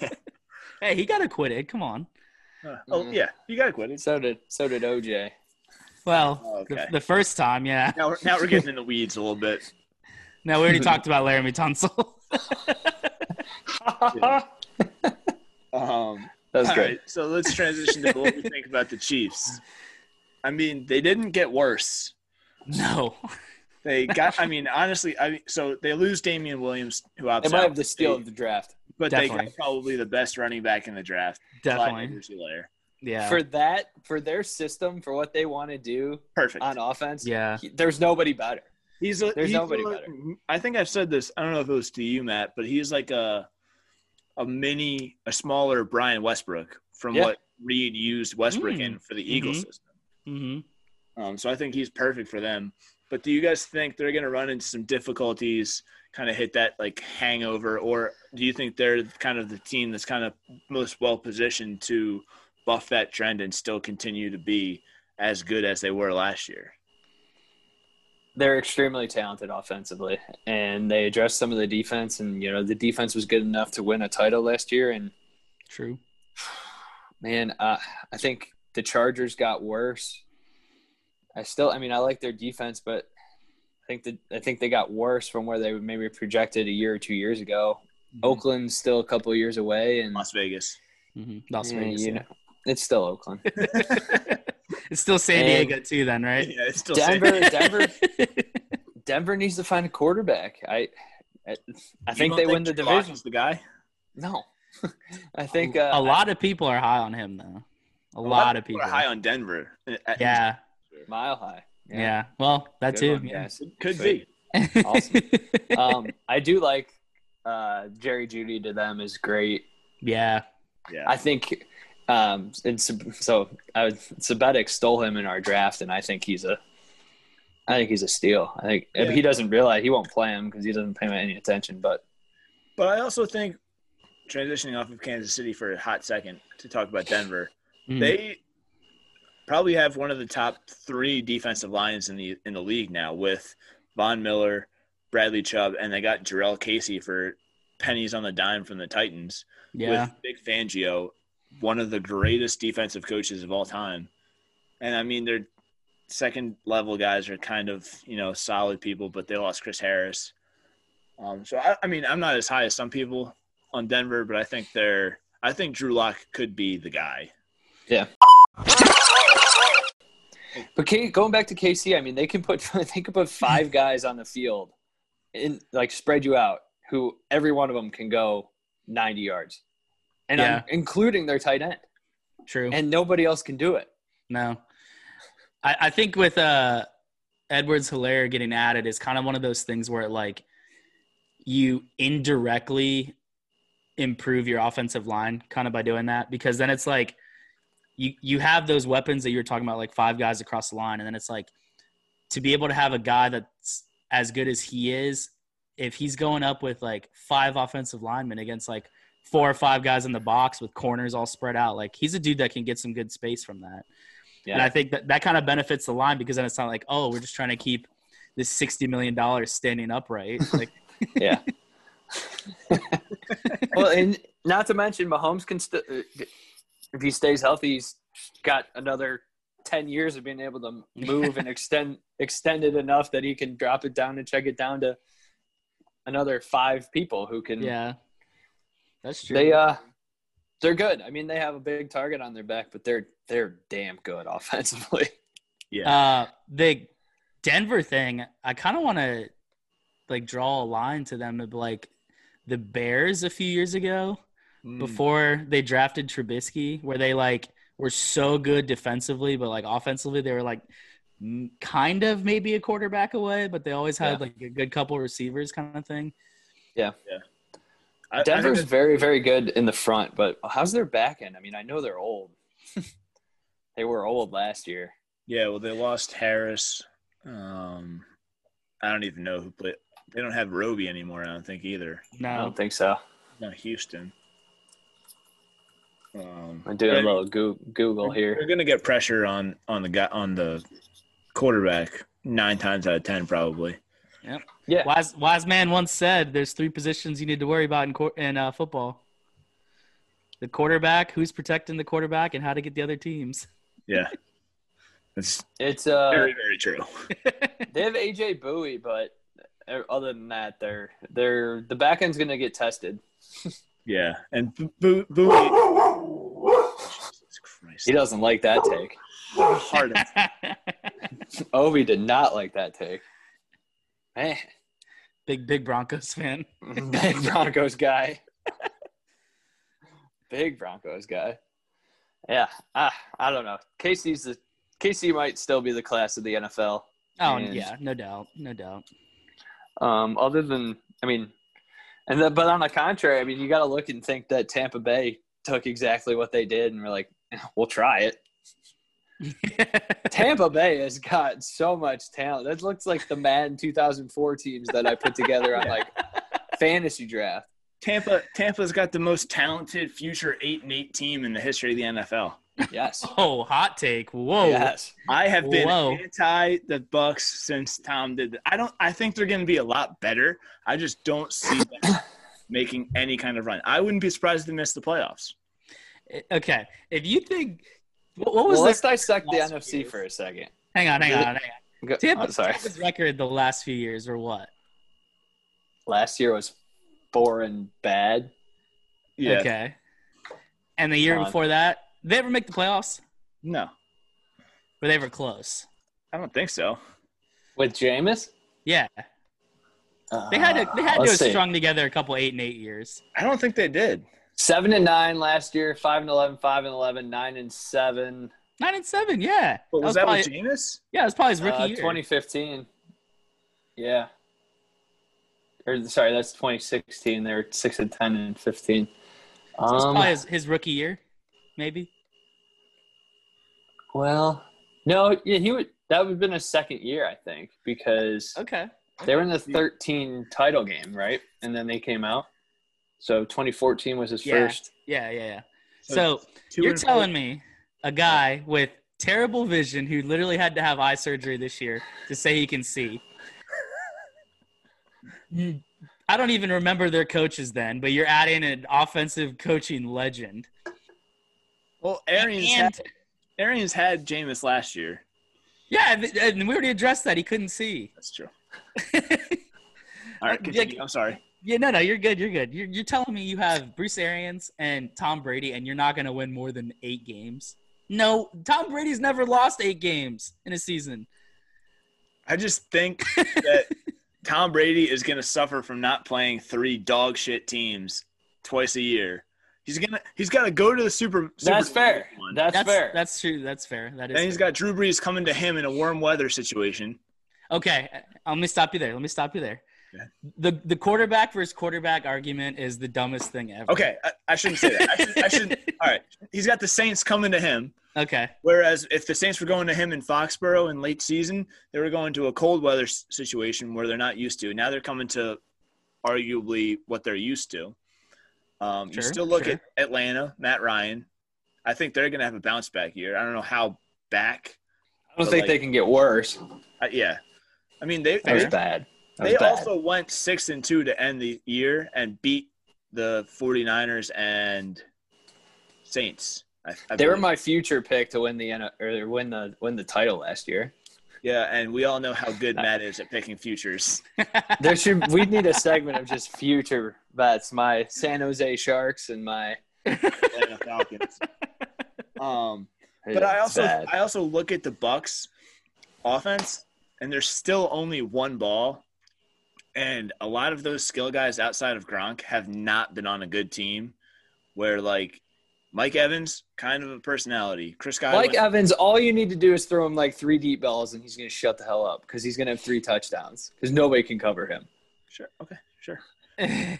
hey, he got acquitted. Come on.
oh yeah, you gotta quit it.
So did so did O.J.
Well,
Oh, okay.
the, the first time, yeah.
Now we're, now we're getting in the weeds a little bit.
Now we already talked about Laramie Tunsil.
Um,
That was
all
good.
right, so let's transition to what we think about the Chiefs. I mean, they didn't get worse.
no.
They got. I mean, honestly, I mean, so they lose Damian Williams, who opts
They might
out,
have the steal
They-
of the draft.
but they
Definitely.
got probably the best running back in the draft. Clyde
Definitely.
Edwards-Helaire.
Yeah.
For that, for their system, for what they want to do
Perfect.
on offense,
yeah.
he- there's nobody better.
He's a,
There's
he's
nobody
a-
better.
I think I've said this. I don't know if it was to you, Matt, but he's like a a mini, a smaller Brian Westbrook from
Yeah. Mm-hmm.
what Reed used Westbrook
Mm.
in for the Eagles
Mhm.
system.
hmm
Um, so I think he's perfect for them. But do you guys think they're going to run into some difficulties, kind of hit that like hangover, or do you think they're kind of the team that's kind of most well positioned to buff that trend and still continue to be as good as they were last year?
They're extremely talented offensively, and they addressed some of the defense. And you know, the defense was good enough to win a title last year. And
True.
man, uh, I think the Chargers got worse. I still, I mean, I like their defense, but I think that I think they got worse from where they were maybe projected a year or two years ago. Oakland's still a couple of years away, and
Mm-hmm. Las Vegas.
hmm Las
Yeah,
Vegas.
you
yeah.
it's still Oakland.
it's still San
And-
Diego too, then, right?
Yeah, it's still
Denver, Denver, Denver needs to find a quarterback. I, I, I
You
think
don't
they win the
Drew Lock
division.
is The guy.
No, I think uh,
a lot of people are high on him, though. A, lot, of people.
are high on Denver. Uh, uh,
yeah,
mile high.
yeah. Well, that
Good
too.
one,
yeah.
guys.
could
Sweet.
be.
Awesome. Um, I do like uh, Jerry Judy to them is great.
yeah.
Yeah,
I think um, and Sab- so. I was, Sabetic stole him in our draft, and I think he's a, I think he's a steal. I think
Yeah.
he doesn't realize he won't play him because he doesn't pay him any attention. But
but I also think transitioning off of Kansas City for a hot second to talk about Denver,
Mhm.
they probably have one of the top three defensive lines in the in the league now with Von Miller, Bradley Chubb, and they got Jarrell Casey for pennies on the dime from the Titans
yeah.
with Big Fangio, one of the greatest defensive coaches of all time. And I mean, their second level guys are kind of, you know, solid people, but they lost Chris Harris. Um, so, I, I mean, I'm not as high as some people on Denver, but I think they're, I think Drew Lock could be the guy.
but K, going back to KC, I mean, they can put they can put five guys on the field, and like spread you out, who every one of them can go ninety yards, and I'm
Yeah.
including their tight end,
True.
and nobody else can do it.
No. I, I think with uh Edwards Hilaire getting added is kind of one of those things where like you indirectly improve your offensive line kind of by doing that because then it's like you you have those weapons that you were talking about like five guys across the line and then it's like to be able to have a guy that's as good as he is if he's going up with like five offensive linemen against like four or five guys in the box with corners all spread out like he's a dude that can get some good space from that and I think that that kind of benefits the line because then it's not like, oh, we're just trying to keep this sixty million dollars standing upright. Like,
Yeah. well, and not to mention Mahomes can still, if he stays healthy, he's got another ten years of being able to move and extend extend it enough that he can drop it down and check it down to another five people who can.
yeah, that's true.
They uh, they're good. I mean, they have a big target on their back, but they're they're damn good offensively.
uh, the Denver thing, I kind of want to like draw a line to them of like the Bears a few years ago
Mm. Hmm.
before they drafted Trubisky, where they like were so good defensively, but like offensively, they were like n- kind of maybe a quarterback away, but they always had
Yeah.
like a good couple receivers kind of thing.
I- I think
Denver's
that-
very very good in the front, but how's their back end? I mean, I know they're old. they were old last year.
yeah, well, they lost Harris. Um, I don't even know who played. They don't have Roby anymore, I don't think either.
I
No,
don't think so.
Not Houston. Um,
I'm doing
but I
a little goo- Google
They're
here.
going to get pressure on on the guy on the quarterback nine times out of ten, probably.
Yeah,
Wise, wise man once said, "There's three positions you need to worry about in cour- in uh, football: the quarterback, who's protecting the quarterback, and how to get the other teams."
Yeah. It's
It's uh,
very, very true.
they have AJ Bowie, but uh, other than that, they're they're the back end's gonna get tested.
Yeah, and Bo- Bo- Bowie. Jesus Christ!
He doesn't like that take.
Hard as-
Ovi did not like that take. Man,
big big Broncos fan.
big Broncos guy. big Broncos guy. Yeah, I, I don't know. Casey's the Casey might still be the class of the NFL.
Oh
And-
yeah, no doubt, no doubt.
Um, other than I mean, and the, but on the contrary, I mean, you got to look and think that Tampa Bay took exactly what they did, and we're like, we'll try it. Tampa Bay has got so much talent. That looks like the Madden 2004 teams that I put together on like fantasy draft.
Tampa Tampa's got the most talented future eight and eight team in the history of the NFL.
Yes.
oh, hot take. Whoa.
Yes.
I have been
Whoa.
anti the Bucks since Tom did. That. I don't. I think they're going to be a lot better. I just don't see them making any kind of run. I wouldn't be surprised if they miss the playoffs.
Okay. If you think what, what was
Well,
the
let's dissect the
last
NFC
years?
for a second.
hang on, hang on, hang on.
Go,
Tampa,
I'm sorry.
Tampa's record the last few years or what?
Last year was boring bad.
Yeah.
Okay. And the year
Come on.
before that, did they ever make the playoffs?
No,
Were they ever close?
I don't think so.
With Jameis?
Yeah. They had to, they had
Uh,
to
let's
have
see.
strung together a couple eight and eight years.
I don't think they did.
Seven and nine last year, five and 11, five and 11, nine and seven.
Nine and seven, yeah.
But was
was
that,
probably,
with Jameis?
yeah, it was probably his rookie
Uh,
year.
2015. Yeah. Or sorry, that's 2016. They were six and 10 and 15.
It was probably
Um,
his, his rookie year, maybe.
well, no, yeah, he would. That would have been his second year, I think, because
Okay.
they were in the 13 title game, right? And then they came out. So 2014 was his
Yeah.
first.
Yeah, yeah, yeah. So,
Two
you're
and four-
telling me a guy with terrible vision who literally had to have eye surgery this year to say he can see. You- I don't even remember their coaches then, but you're adding an offensive coaching legend.
Well, Arians
And
had, Arians had Jameis last year.
yeah, and- and we already addressed that he couldn't see.
That's true. All right,
Like-
continue. I'm sorry.
Yeah, no, no, you're good. You're good. You're, you're telling me you have Bruce Arians and Tom Brady, and you're not going to win more than eight games. No, Tom Brady's never lost eight games in a season.
I just think that Tom Brady is going to suffer from not playing three dog shit teams twice a year. He's gonna he's got to go to the Super.
That's
Super
fair.
Bowl one.
That's,
That's
fair.
That's true. That's fair. That is.
and he's
fair.
got Drew Brees coming to him in a warm weather situation.
Okay, uh, let me stop you there. Let me stop you there.
Okay.
The the quarterback versus quarterback argument is the dumbest thing ever.
Okay, I, I shouldn't say that. I should, I should, all right, he's got the Saints coming to him.
okay.
Whereas if the Saints were going to him in Foxborough in late season, they were going to a cold weather s- situation where they're not used to. Now they're coming to arguably what they're used to. Um, you
Sure,
still look
sure.
at Atlanta, Matt Ryan. I think they're going to have a bounce back year. I don't know how back.
I don't
But,
think
like-
they can get worse.
I, yeah, I mean they
That was
they,
bad. That was
they
bad.
also went six and two to end the year and beat the 49ers and Saints. I, I
they were
believe.
my future pick to win the N- or win the win the title last year.
yeah, and we all know how good Matt is at picking futures.
There should we need a segment of just future bets. My San Jose Sharks and my
Atlanta Falcons. Um, but I
It's
also
bad.
I also look at the Bucks offense, and there's still only one ball, and a lot of those skill guys outside of Gronk have not been on a good team, where like Mike Evans, kind of a personality, Chris Godwin,
Mike Evans, all you need to do is throw him like three deep balls and he's gonna shut the hell up because he's gonna have three touchdowns because nobody can cover him.
sure, okay, sure.
okay.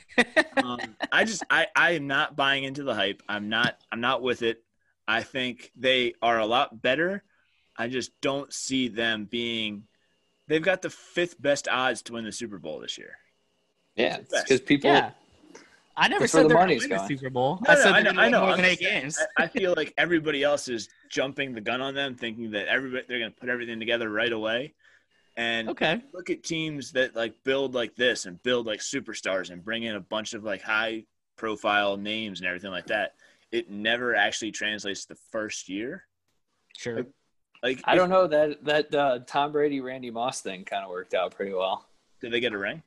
Um, I just I I am not buying into the hype. I'm not I'm not with it. I think they are a lot better. I just don't see them being. They've got the fifth best odds to win the Super Bowl this year.
Yeah,
Best.
because people.
yeah. I never
That's where
said
the
they're going
money's
to win the
going.
Super Bowl.
No,
I
no,
said
I
they're
know-
going to
I
win
know.
more
I'm
than eight
just saying,
games.
I, I feel like everybody else is jumping the gun on them, thinking that everybody they're going to put everything together right away. And
Okay.
look at teams that like build like this and build like superstars and bring in a bunch of like high profile names and everything like that. It never actually translates the first year.
Sure.
Like,
I don't know that that uh, Tom Brady Randy Moss thing kind of worked out pretty well.
Did they get a ring?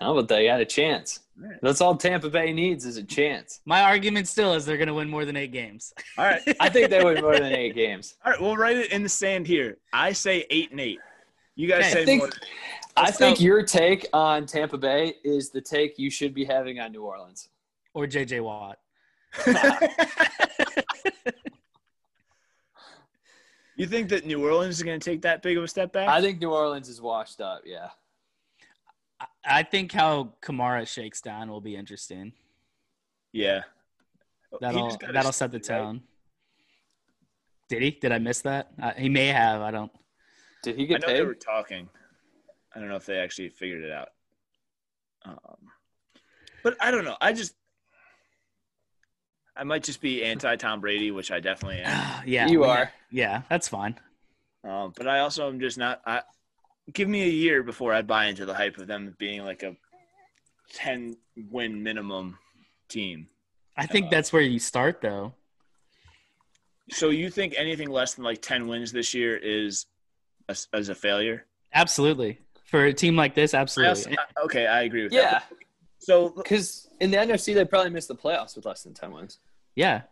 No, but they had a chance.
All right.
That's all Tampa Bay needs is a chance.
My argument still is they're going to win more than eight games.
All right.
I think they win more than eight games.
All right. We'll write it in the sand here. I say eight and eight. You guys
Okay.
say
I think
more.
I think your take on Tampa Bay is the take you should be having on New Orleans.
Or JJ Watt.
You think that New Orleans is going to take that big of a step back?
I think New Orleans is washed up. Yeah.
I- I think how Kamara shakes down will be interesting.
yeah. Oh, He
That'll
just got
that'll
his-
set the
right?
tone. Did he? Did I miss that? Uh, he may have. I don't.
Did he
I
get
know they
paid?
were talking. I don't know if they actually figured it out. Um, but I don't know. I just I might just be anti Tom Brady, which I definitely am.
yeah,
you
we-
are.
Yeah, that's fine.
Um, but I also am just not. I give me a year before I buy into the hype of them being like a ten win minimum team.
I think
Uh,
that's where you start, though.
So you think anything less than like ten wins this year is a, is a failure?
Absolutely, for a team like this,
I also-
absolutely.
okay, I agree with
Yeah,
that. So
because in the NFC they probably missed the playoffs with less than ten wins.
Yeah,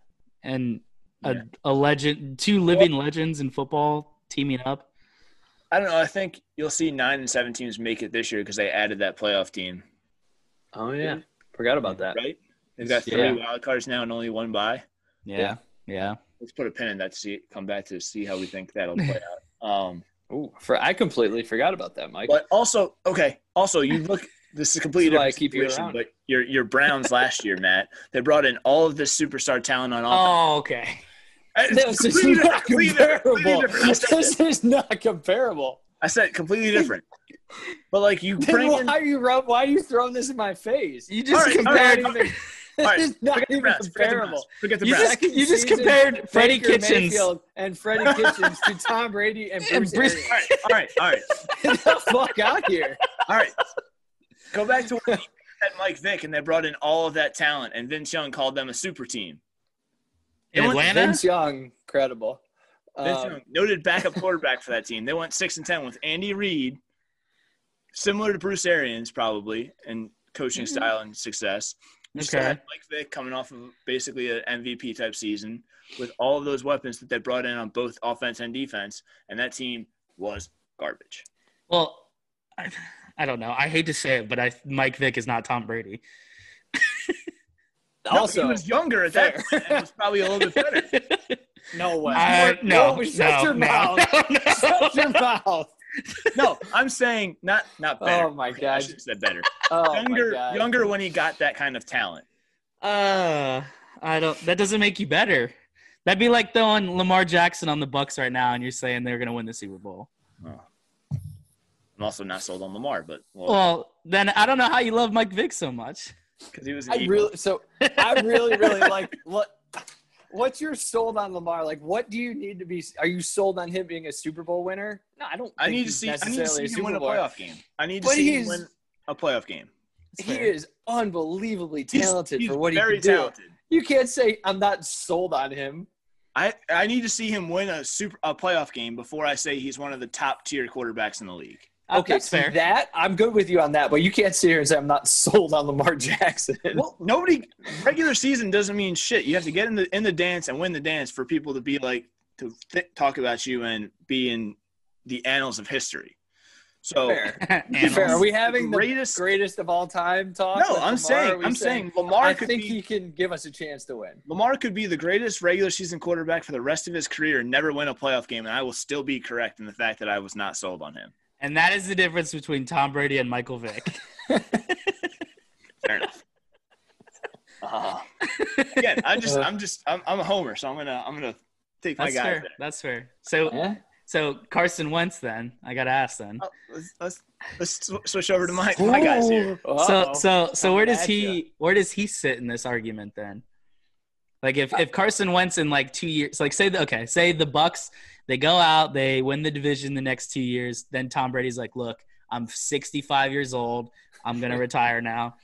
and a,
Yeah.
a legend, two living legends in football teaming up.
I don't know. I think you'll see nine and seven teams make it this year because they added that playoff team,
Oh yeah, forgot about that.
right? They've got three
Yeah.
wild cards now and only one bye.
Yeah, yeah.
Let's put a pin in that. to See, come back to see how we think that'll play out. Um,
Ooh, for I completely forgot about that, Mike.
but also, okay. Also, you look. This is completely
That's why I
different
keep you
situation,
around.
but your your Browns last year, Matt. They brought in all of this superstar talent on offense.
Oh, okay.
It's
This is
completely
not
different, completely different, completely
comparable.
different. I said-
This is not comparable.
I said completely different. But like you
Then
bring in
why are you rub, Why are you throwing this in my face?
You
All
just
right, all
Not
compared.
right,
even-
okay.
this
right,
is not
forget the
even
Browns, forget the Browns,
comparable.
forget the
You
Browns.
just, you just compared Freddie
Baker
Kitchens.
Mayfield and Freddie Kitchens to Tom Brady and
And
Bruce.
Bruce-
Arians.
all right, all right, all right.
Get the fuck out here.
All right. Go back to when you had Mike Vick and they brought in all of that talent and Vince Young called them a super team.
In
They went-
Atlanta?
Vince Young, incredible.
Vince
Um,
Young, noted backup quarterback for that team. They went six and ten with Andy Reid, similar to Bruce Arians probably in coaching
Mm-hmm.
style and success. You still
Okay.
had Mike Vick coming off of basically an MVP type season with all of those weapons that they brought in on both offense and defense, and that team was garbage.
Well, I, I don't know. I hate to say it, but I Mike Vick is not Tom Brady.
No,
also,
he was younger at that
fair.
point and was probably a little bit better.
no way.
I,
Whoa,
no,
whoa,
no,
shut your
no,
mouth.
no, no.
Shut your mouth.
No, I'm saying not not better.
Oh my
Okay, I
God.
should have said better.
Oh
younger,
my God.
younger when he got that kind of talent.
Uh, I don't. That doesn't make you better. That'd be like throwing Lamar Jackson on the Bucks right now, and you're saying they're gonna win the Super Bowl.
I'm also not sold on Lamar, but well,
Well, then I don't know how you love Mike Vick so much.
because he was. An
I
Eagle.
really so I really really like what what's your sold on Lamar? Like what do you need to be are you sold on him being a Super Bowl winner? No, I don't
I
think
need to
he's
see. I need to
necessarily
see
a
him win
Super
a
Bowl.
playoff game. I need to
But
see him
he's-
win a playoff game.
It's
He
fair.
is unbelievably
He's-
talented
he's
for what he
very
can do.
talented.
You can't say I'm not sold on him.
I I need to see him win a super a playoff game before I say he's one of the top tier quarterbacks in the league.
Uh,
Okay,
that's
see
fair.
that I'm good with you on that, but you can't sit here and say I'm not sold on Lamar Jackson.
Well, nobody regular season doesn't mean shit. You have to get in the in the dance and win the dance for people to be like to th- talk about you and be in the annals of history. So
Fair.
Animals.
Fair. Are we having the
greatest-
greatest, of all time talk?
No,
with Lamar?
I'm
Are
saying
we
I'm saying, Lamar
I
could
think
be
he can give us a chance to win.
Lamar could be the greatest regular season quarterback for the rest of his career and never win a playoff game, and I will still be correct in the fact that I was not sold on him.
And that is the difference between Tom Brady and Michael Vick.
Fair enough. Uh-huh. Again, I just I'm just I'm, I'm a homer, so I'm gonna I'm gonna take my
That's
guy.
fair.
There.
That's fair. So,
Yeah.
so Carson Wentz. Then I gotta ask. Then
Oh, let's let's, let's sw- switch over to my, my guys here.
so so so where
Coming
does
at
he where does he sit in this argument then like if, if carson wentz in like two years like say the, okay say the bucks they go out they win the division the next two years then tom brady's like look i'm 65 years old i'm gonna retire now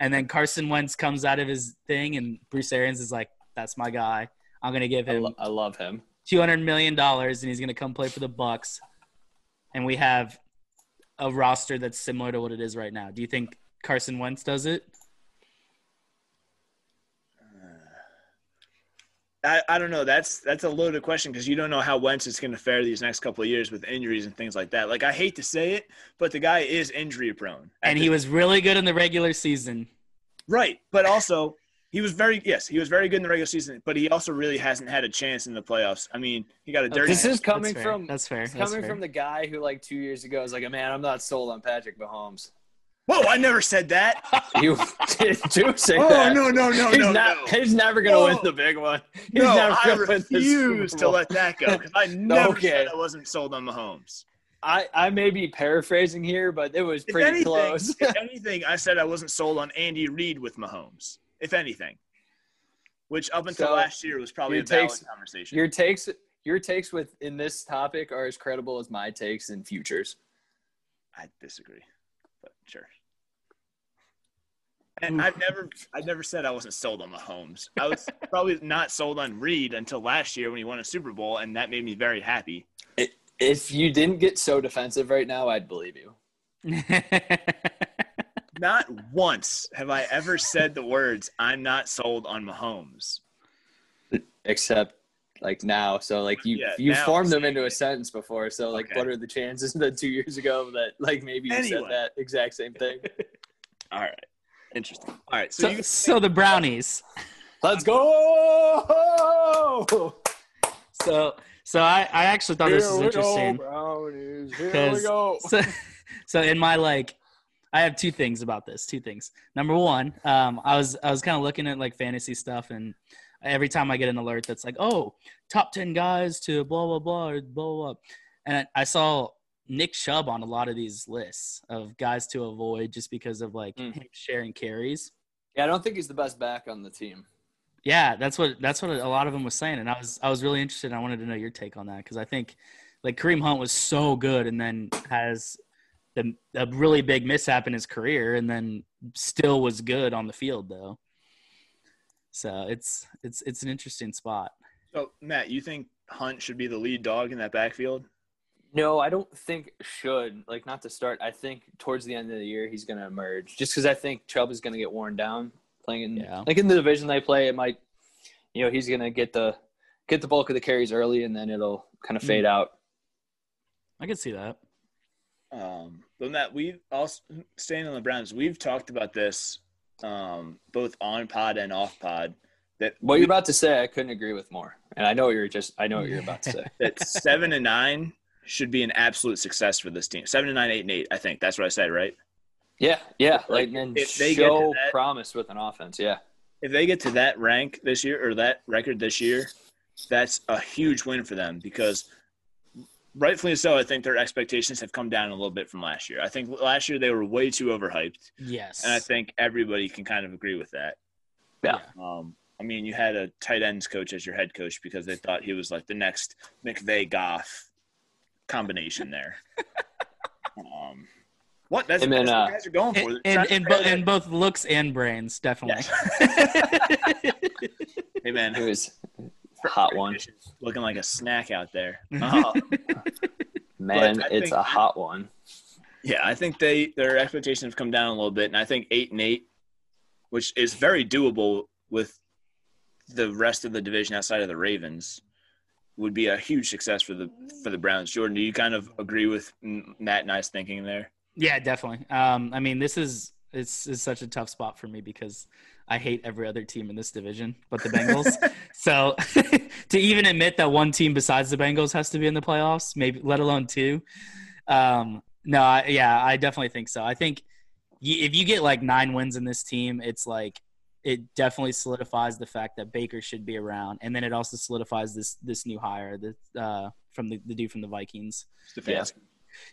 and then carson wentz comes out of his thing and bruce arians is like that's my guy i'm gonna give
I,
him
lo- I love him.
two hundred million dollars, and he's going to come play for the Bucks, and we have a roster that's similar to what it is right now. Do you think Carson Wentz does it?
I, I don't know. That's that's a loaded question because you don't know how Wentz is going to fare these next couple of years with injuries and things like that. Like I hate to say it, but the guy is injury prone.
And he was really good in the regular season.
Right, but also he was very yes, he was very good in the regular season, but he also really hasn't had a chance in the playoffs. I mean, he got a dirty.
Okay.
This
That's
is,
is
is coming
fair.
from
That's fair.
it's
That's
coming
fair.
from the guy who like two years ago was like, "Man, I'm not sold on Patrick Mahomes."
whoa! I never said that.
You do say
oh
that.
no no no
he's
no
not.
no!
He's never gonna
Whoa.
win the big one. He's
no,
never
I
gonna win the
refuse
Super
to
Bowl.
let that go because I never
Okay.
said I wasn't sold on Mahomes.
I I may be paraphrasing here, but it was
If
pretty
anything,
close.
if anything, I said I wasn't sold on Andy Reid with Mahomes. If anything, which up until
So,
last year was probably
your
a valid
takes-
conversation.
your takes, your takes with in this topic are as credible as my takes in futures.
I disagree, but sure. And I've never, I never said I wasn't sold on Mahomes. I was probably not sold on Reed until last year when he won a Super Bowl, and that made me very happy.
If you didn't get so defensive right now, I'd believe you.
Not once have I ever said the words "I'm not sold on Mahomes."
Except like now, so like you
Yeah,
you
now
formed them
it's-
into a sentence before. So like,
Okay.
what are the chances that two years ago that like maybe you
Anyway.
said that exact same thing?
All right, interesting. All right, so,
so,
you,
so the brownies.
Let's go.
So so I, I actually thought this was interesting.
brownies.
Here we go. so, so in my like i have two things about this two things number one um, i was i was kind of looking at like fantasy stuff and every time i get an alert that's like oh top 10 guys to blah blah blah or blah blah blah and i, I saw nick chubb on a lot of these lists of guys to avoid just because of like
Mm.
him sharing carries
Yeah, I don't think he's the best back on the team.
yeah, that's what that's what a lot of them was saying, and I was I was really interested. and I wanted to know your take on that because I think like Kareem Hunt was so good, and then has the, a really big mishap in his career, and then still was good on the field though. So it's it's it's an interesting spot.
so Matt, you think Hunt should be the lead dog in that backfield?
No, I don't think should like not to start. I think towards the end of the year he's going to emerge, just because I think Chubb is going to get worn down playing in
Yeah.
like in the division they play. It might, you know, he's going to get the get the bulk of the carries early, and then it'll kind of fade out.
I could see that.
Um, but Matt, we also staying on the Browns. We've talked about this um, both on pod and off pod. That
What you're about to say, I couldn't agree with more, and I know what you're just I know what you're about to say.
that seven and nine should be an absolute success for this team. Seven and nine, eight and eight. I think that's what I said, right?
Yeah, yeah,
Like,
like and
if they get to
show
that-
promise with an offense. Yeah,
If they get to that rank this year or that record this year, that's a huge win for them because rightfully so, I think their expectations have come down a little bit from last year. I think last year they were way too overhyped,
Yes.
and I think everybody can kind of agree with that.
Yeah.
Um, I mean, you had a tight ends coach as your head coach because they thought he was like the next McVay Goff combination there. um, what? That's,
Him and,
that's what
uh,
you guys are going for.
in, in, in, bo- in both looks and brains, definitely.
hey man,
it was a hot one,
looking like a snack out there. Um,
man.
But I
It's
think-
a hot one.
yeah, I think they their expectations have come down a little bit, and I think eight and eight, which is very doable with the rest of the division outside of the Ravens, would be a huge success for the for the Browns. Jordan, do you kind of agree with M- Matt and I's thinking there?
Yeah, definitely. Um, I mean, this is it's, it's such a tough spot for me because I hate every other team in this division, but the Bengals. so to even admit that one team besides the Bengals has to be in the playoffs, maybe let alone two. Um, no, I, yeah, I definitely think so. I think y- if you get like nine wins in this team, it's like it definitely solidifies the fact that Baker should be around, and then it also solidifies this this new hire that uh, from the, the dude from the Vikings.
Stefanski.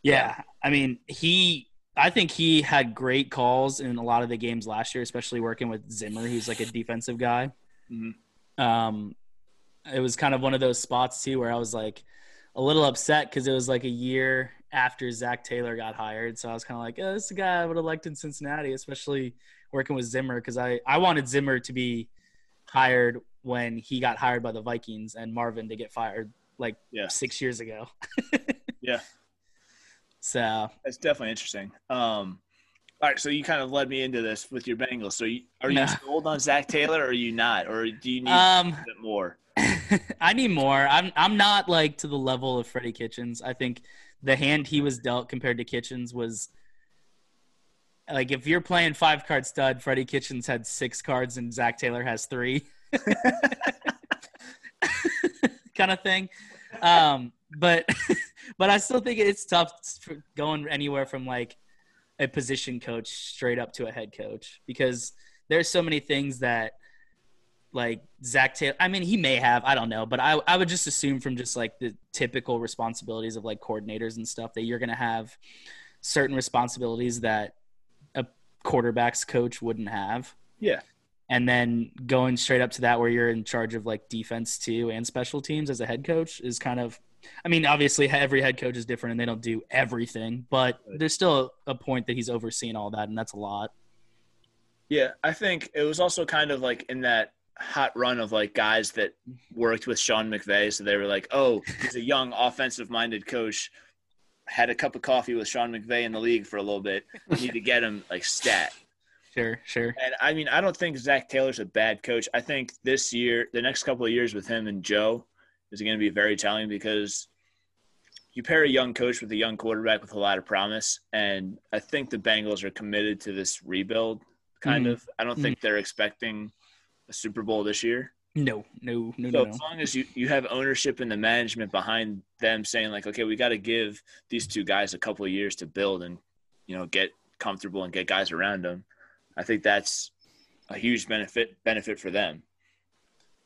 Yeah, I mean, he. I think he had great calls in a lot of the games last year, especially working with Zimmer, who's like a defensive guy.
Mhm.
Um, it was kind of one of those spots too where I was like a little upset because it was like a year after Zach Taylor got hired, so I was kind of like, oh, this is a guy I would have liked in Cincinnati, especially working with Zimmer because I I wanted Zimmer to be hired when he got hired by the Vikings and Marvin to get fired like
Yeah.
six years ago.
Yeah.
So
That's definitely interesting. Um, all right, so you kind of led me into this with your Bengals. So you, are you
No.
sold on Zach Taylor, or are you not, or do you need
um
a bit more?
I need more. I'm I'm not like to the level of Freddie Kitchens. I think the hand he was dealt compared to Kitchens was like if you're playing five card stud, Freddie Kitchens had six cards and Zach Taylor has three. kind of thing. Um but but I still think it's tough for going anywhere from like a position coach straight up to a head coach because there's so many things that like Zach Taylor. I mean, he may have, I don't know, but I, I would just assume from just like the typical responsibilities of like coordinators and stuff that you're going to have certain responsibilities that a quarterback's coach wouldn't have.
Yeah.
And then going straight up to that where you're in charge of like defense too and special teams as a head coach is kind of, I mean, obviously every head coach is different and they don't do everything, but there's still a point that he's overseeing all that, and that's a lot.
Yeah, I think it was also kind of like in that hot run of like guys that worked with Sean McVay. So they were like, oh, he's a young offensive minded coach. Had a cup of coffee with Sean McVay in the league for a little bit. We need to get him like stat.
Sure, sure.
And I mean, I don't think Zach Taylor's a bad coach. I think this year, the next couple of years with him and Joe is going to be very telling because you pair a young coach with a young quarterback with a lot of promise. And I think the Bengals are committed to this rebuild, kind
Mhm.
of. I don't think they're expecting a Super Bowl this year.
No, no, no,
So
no, no.
as long as you, you have ownership and the management behind them saying, like, okay, we got to give these two guys a couple of years to build and, you know, get comfortable and get guys around them, I think that's a huge benefit benefit for them.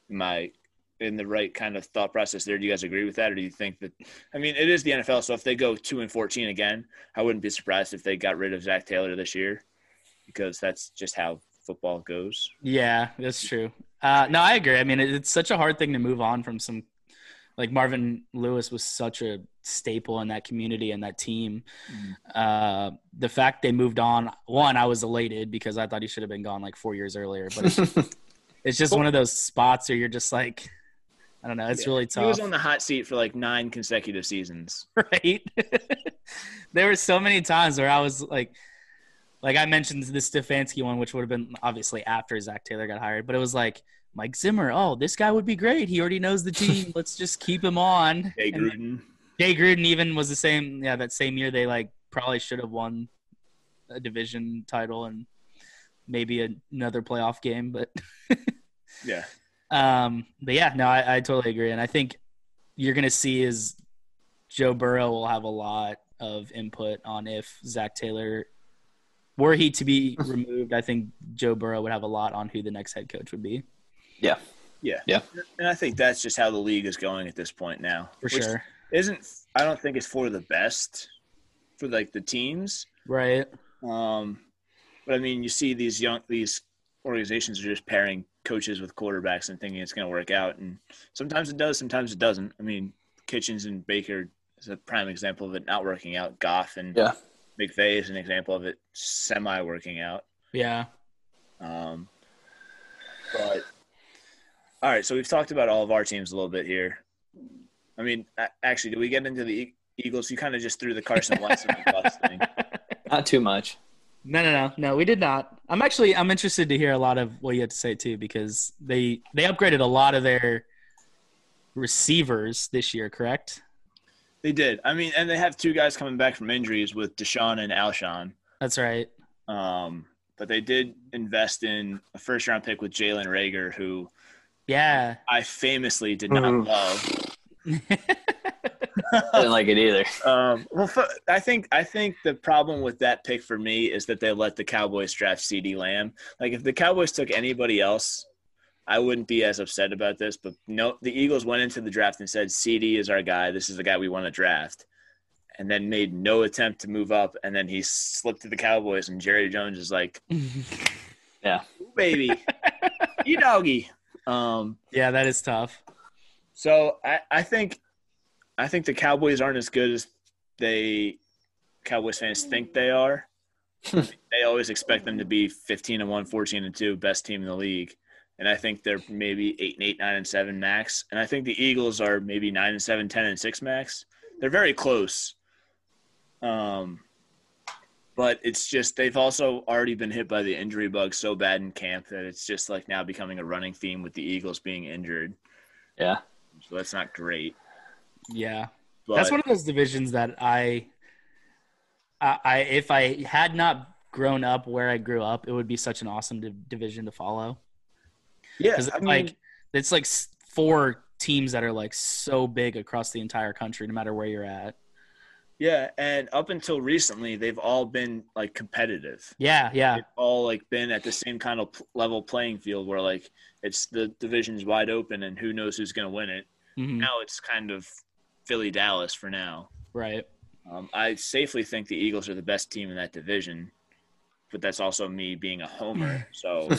Am I in the right kind of thought process there? Do you guys agree with that? Or do you think that, I mean, it is the NFL. So if they go two and 14 again, I wouldn't be surprised if they got rid of Zach Taylor this year because that's just how football goes.
Yeah, that's true. Uh, no, I agree. I mean, it, it's such a hard thing to move on from some. Like Marvin Lewis was such a staple in that community and that team.
Mm.
Uh, the fact they moved on, one, I was elated because I thought he should have been gone like four years earlier. But it's, it's just one of those spots where you're just like, I don't know. It's
Yeah.
really
He
tough,
was on the hot seat for like nine consecutive seasons.
right? there were so many times where I was like, like I mentioned the Stefanski one, which would have been obviously after Zach Taylor got hired, but it was like Mike Zimmer. Oh, this guy would be great. He already knows the team. Let's just keep him on.
Jay
And
Gruden.
Jay Gruden even was the same. Yeah, that same year they like probably should have won a division title and maybe another playoff game, but
Yeah.
um, but yeah, no, I, I totally agree, and I think you're gonna see is Joe Burrow will have a lot of input on if Zach Taylor, were he to be removed, I think Joe Burrow would have a lot on who the next head coach would be
yeah.
Yeah.
Yeah.
And I think that's just how the league is going at this point now.
for
which
sure,
Isn't I don't think it's for the best for like the teams.
right?
Um but I mean you see these young these organizations are just pairing coaches with quarterbacks and thinking it's gonna work out and sometimes it does, sometimes it doesn't. I mean, Kitchens and Baker is a prime example of it not working out. Goff and
Yeah.
McVay is an example of it semi working out.
Yeah,
Um, but all right, so we've talked about all of our teams a little bit here. I mean, a- actually, did we get into the E- Eagles? You kind of just threw the Carson Wentz and the bus thing.
Not too much.
no, no, no, no, we did not. I'm actually I'm interested to hear a lot of what you have to say too because they they upgraded a lot of their receivers this year, correct?
They did. I mean, and they have two guys coming back from injuries with Deshaun and Alshon.
That's right.
Um, but they did invest in a first round pick with Jalen Rager, who
Yeah.
I famously did not
Mhm.
love.
I didn't like it either.
Um, well, f- I think I think the problem with that pick for me is that they let the Cowboys draft C.D. Lamb. Like, if the Cowboys took anybody else, I wouldn't be as upset about this. But no, the Eagles went into the draft and said C.D. is our guy. This is the guy we want to draft, and then made no attempt to move up. And then he slipped to the Cowboys, and Jerry Jones is like, "Ooh, "Baby, you doggy." Um,
yeah, that is tough.
So I, I think I think the Cowboys aren't as good as they Cowboys fans think they are. they always expect them to be 15 and 1, 14 and 2, best team in the league. and I think they're maybe eight and eight, nine and seven max. And I think the Eagles are maybe nine and seven, ten and six max. They're very close. Um, but it's just they've also already been hit by the injury bug so bad in camp that it's just like now becoming a running theme with the Eagles being injured.
Yeah.
So that's not great.
Yeah.
But
That's one of those divisions that I, I, I if I had not grown up where I grew up, it would be such an awesome div- division to follow.
yeah,
Because
I mean,
like it's like s- four teams that are like so big across the entire country, no matter where you're at.
yeah, and up until recently, they've all been like competitive.
Yeah, yeah,
They've all like been at the same kind of pl- level playing field where like it's the division's wide open and who knows who's going to win it.
hmm
Now it's kind of Philly Dallas for now.
right.
Um, I safely think the Eagles are the best team in that division, but that's also me being a homer. So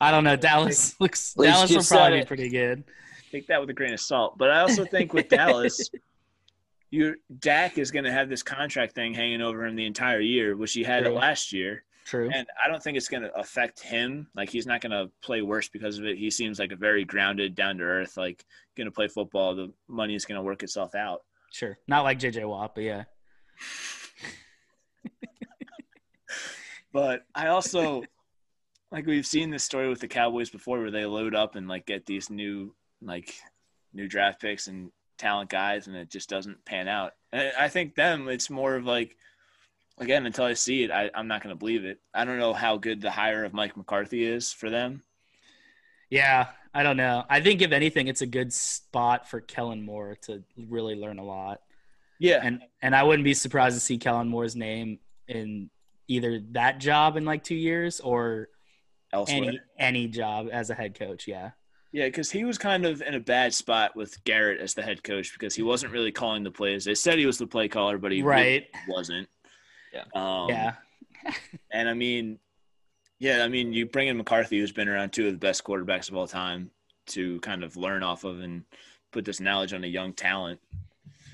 I don't know. Dallas looks.
least
Dallas
you
will
said
probably be
it.
pretty good.
take that with a grain of salt. But I also think with Dallas, your Dak is going to have this contract thing hanging over him the entire year, which he had it
True.
last year.
True.
And I don't think it's going to affect him. Like he's not going to play worse because of it. He seems like a very grounded, down to earth, like going to play football. The money is going to work itself out.
Sure. Not like JJ Watt, but yeah.
But I also like we've seen this story with the Cowboys before, where they load up and like get these new like new draft picks and talent guys, and it just doesn't pan out. And I think them, it's more of like again until I see it, I, I'm not going to believe it. I don't know how good the hire of Mike McCarthy is for them.
Yeah, I don't know. I think if anything, it's a good spot for Kellen Moore to really learn a lot.
Yeah,
And and I wouldn't be surprised to see Kellen Moore's name in either that job in like two years or
elsewhere.
any any job as a head coach. Yeah.
Yeah, because he was kind of in a bad spot with Garrett as the head coach because he wasn't really calling the plays. They said he was the play caller, but he really
right.
wasn't.
Yeah.
Um,
yeah.
And I mean, yeah, I mean, you bring in McCarthy, who's been around two of the best quarterbacks of all time, to kind of learn off of and put this knowledge on a young talent.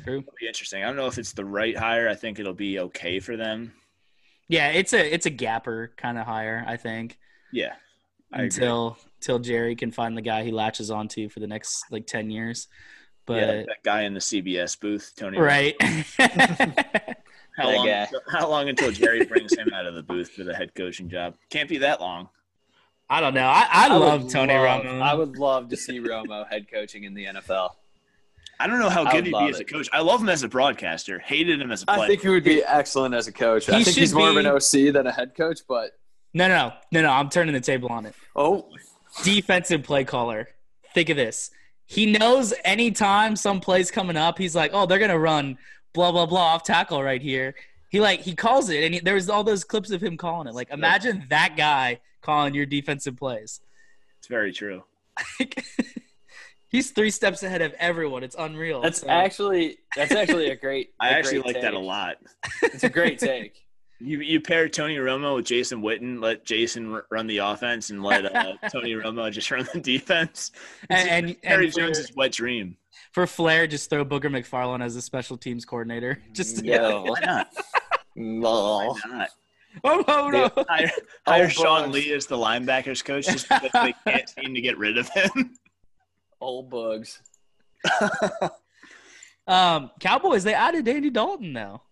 True.
It'll be interesting. I don't know if it's the right hire. I think it'll be okay for them.
Yeah, it's a it's a gapper kind of hire, I think.
Yeah. I agree.
until till Jerry can find the guy he latches onto for the next like ten years.
yeah,
But
that guy in the CBS booth, Tony.
right.
How
That
long,
guy.
how long until Jerry brings him out of the booth for the head coaching job? Can't be that long.
I don't know. I, I,
would
love Tony
love-
Romo.
I would love to see Romo head coaching in the NFL.
I don't know how
I
good
would
he'd be
love
as a
it.
coach. I love him as a broadcaster. Hated him as a player.
I think he would be excellent as a coach.
He
I think he's
should
more of
be-
an OC than a head coach, but
No, no, no, no. I'm turning the table on it.
oh,
Defensive play caller. Think of this. He knows anytime some play's coming up, he's like, oh, they're gonna run blah blah blah off tackle right here. He like he calls it, and he, there was all those clips of him calling it. Like, imagine that guy calling your defensive plays.
it's very true.
He's three steps ahead of everyone. It's unreal.
that's
So,
actually that's actually a great.
I
a
actually
great
like
take.
that a lot.
It's a great take.
You you pair Tony Romo with Jason Witten, let Jason r- run the offense and let uh, Tony Romo just run the defense.
and and,
Harry
and for,
Jones' wet dream.
for Flair, just throw Booger McFarland as a special teams coordinator.
Mm,
Just
No,
Why not?
no.
Why not?
oh no no.
Hire, hire
Oh,
Sean
Bugs.
Lee as the linebackers coach just because they can't seem to get rid of him.
old bugs.
Um, Cowboys, they added Andy Dalton though.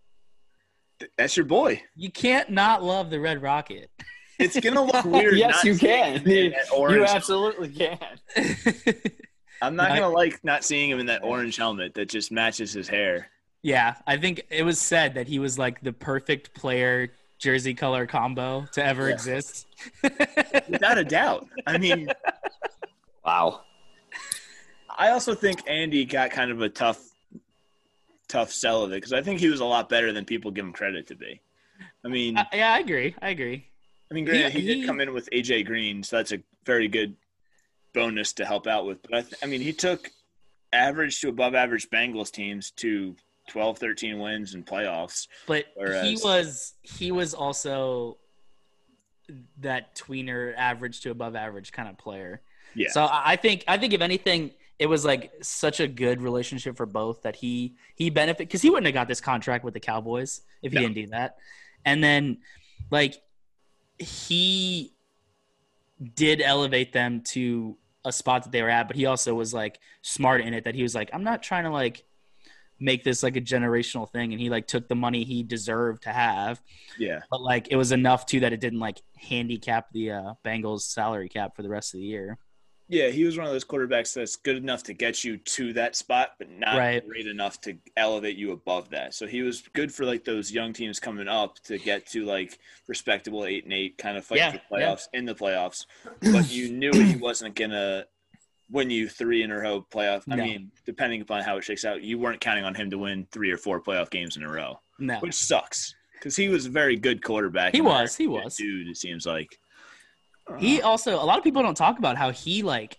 That's your boy.
You can't not love the Red Rocket.
It's gonna look weird.
yes,
not
you
seeing
can.
him in
You,
that orange
absolutely can.
I'm not
No, I-
gonna like not seeing him in that orange helmet that just matches his hair.
yeah, I think it was said that he was like the perfect player jersey color combo to ever
Yeah.
exist.
Without a doubt. I mean,
Wow.
I also think Andy got kind of a tough, tough sell of it because I think he was a lot better than people give him credit to be. I mean,
Uh,
I
yeah, I agree. I agree.
mean, granted, he,
he-
did come in with AJ Green, so that's a very good bonus to help out with. But I, th- I mean, he took average to above average Bengals teams to 12, 13 wins and playoffs.
But he
Whereas-
was he was also that tweener average to above average kind of player.
Yeah.
So I I think I think if anything, it was like such a good relationship for both that he he benefit because he wouldn't have got this contract with the Cowboys if he
No.
didn't do that. And then like he did elevate them to a spot that they were at, but he also was like smart in it that he was like, I'm not trying to like make this like a generational thing and he like took the money he deserved to have
Yeah.
but like it was enough too that it didn't like handicap the uh Bengals salary cap for the rest of the year
Yeah, he was one of those quarterbacks that's good enough to get you to that spot, but not
Right.
great enough to elevate you above that. So he was good for like those young teams coming up to get to like respectable eight and eight kind of fight
Yeah,
for the
yeah.
playoffs in the playoffs. But you knew he wasn't gonna win you three in a row playoff. I
No.
mean, depending upon how it shakes out, you weren't counting on him to win three or four playoff games in a row,
no
which sucks because he was a very good quarterback.
He
and a
was,
very
he
good
was.
dude. It seems like
he also a lot of people don't talk about how he like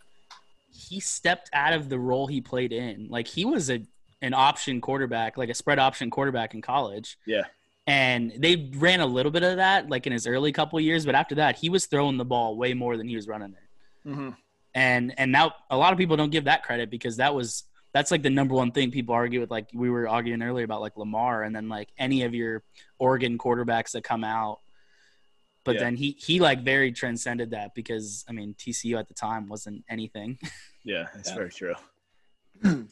he stepped out of the role he played in like he was a an option quarterback like a spread option quarterback in college
Yeah.
and they ran a little bit of that like in his early couple years but after that he was throwing the ball way more than he was running it
Uh, mm-hmm.
and and now a lot of people don't give that credit because that was that's like the number one thing people argue with like we were arguing earlier about like lamar and then like any of your oregon quarterbacks that come out but
Yeah.
then he he like very transcended that because i mean tcu at the time wasn't anything
Yeah, that's
Yeah.
very true. um,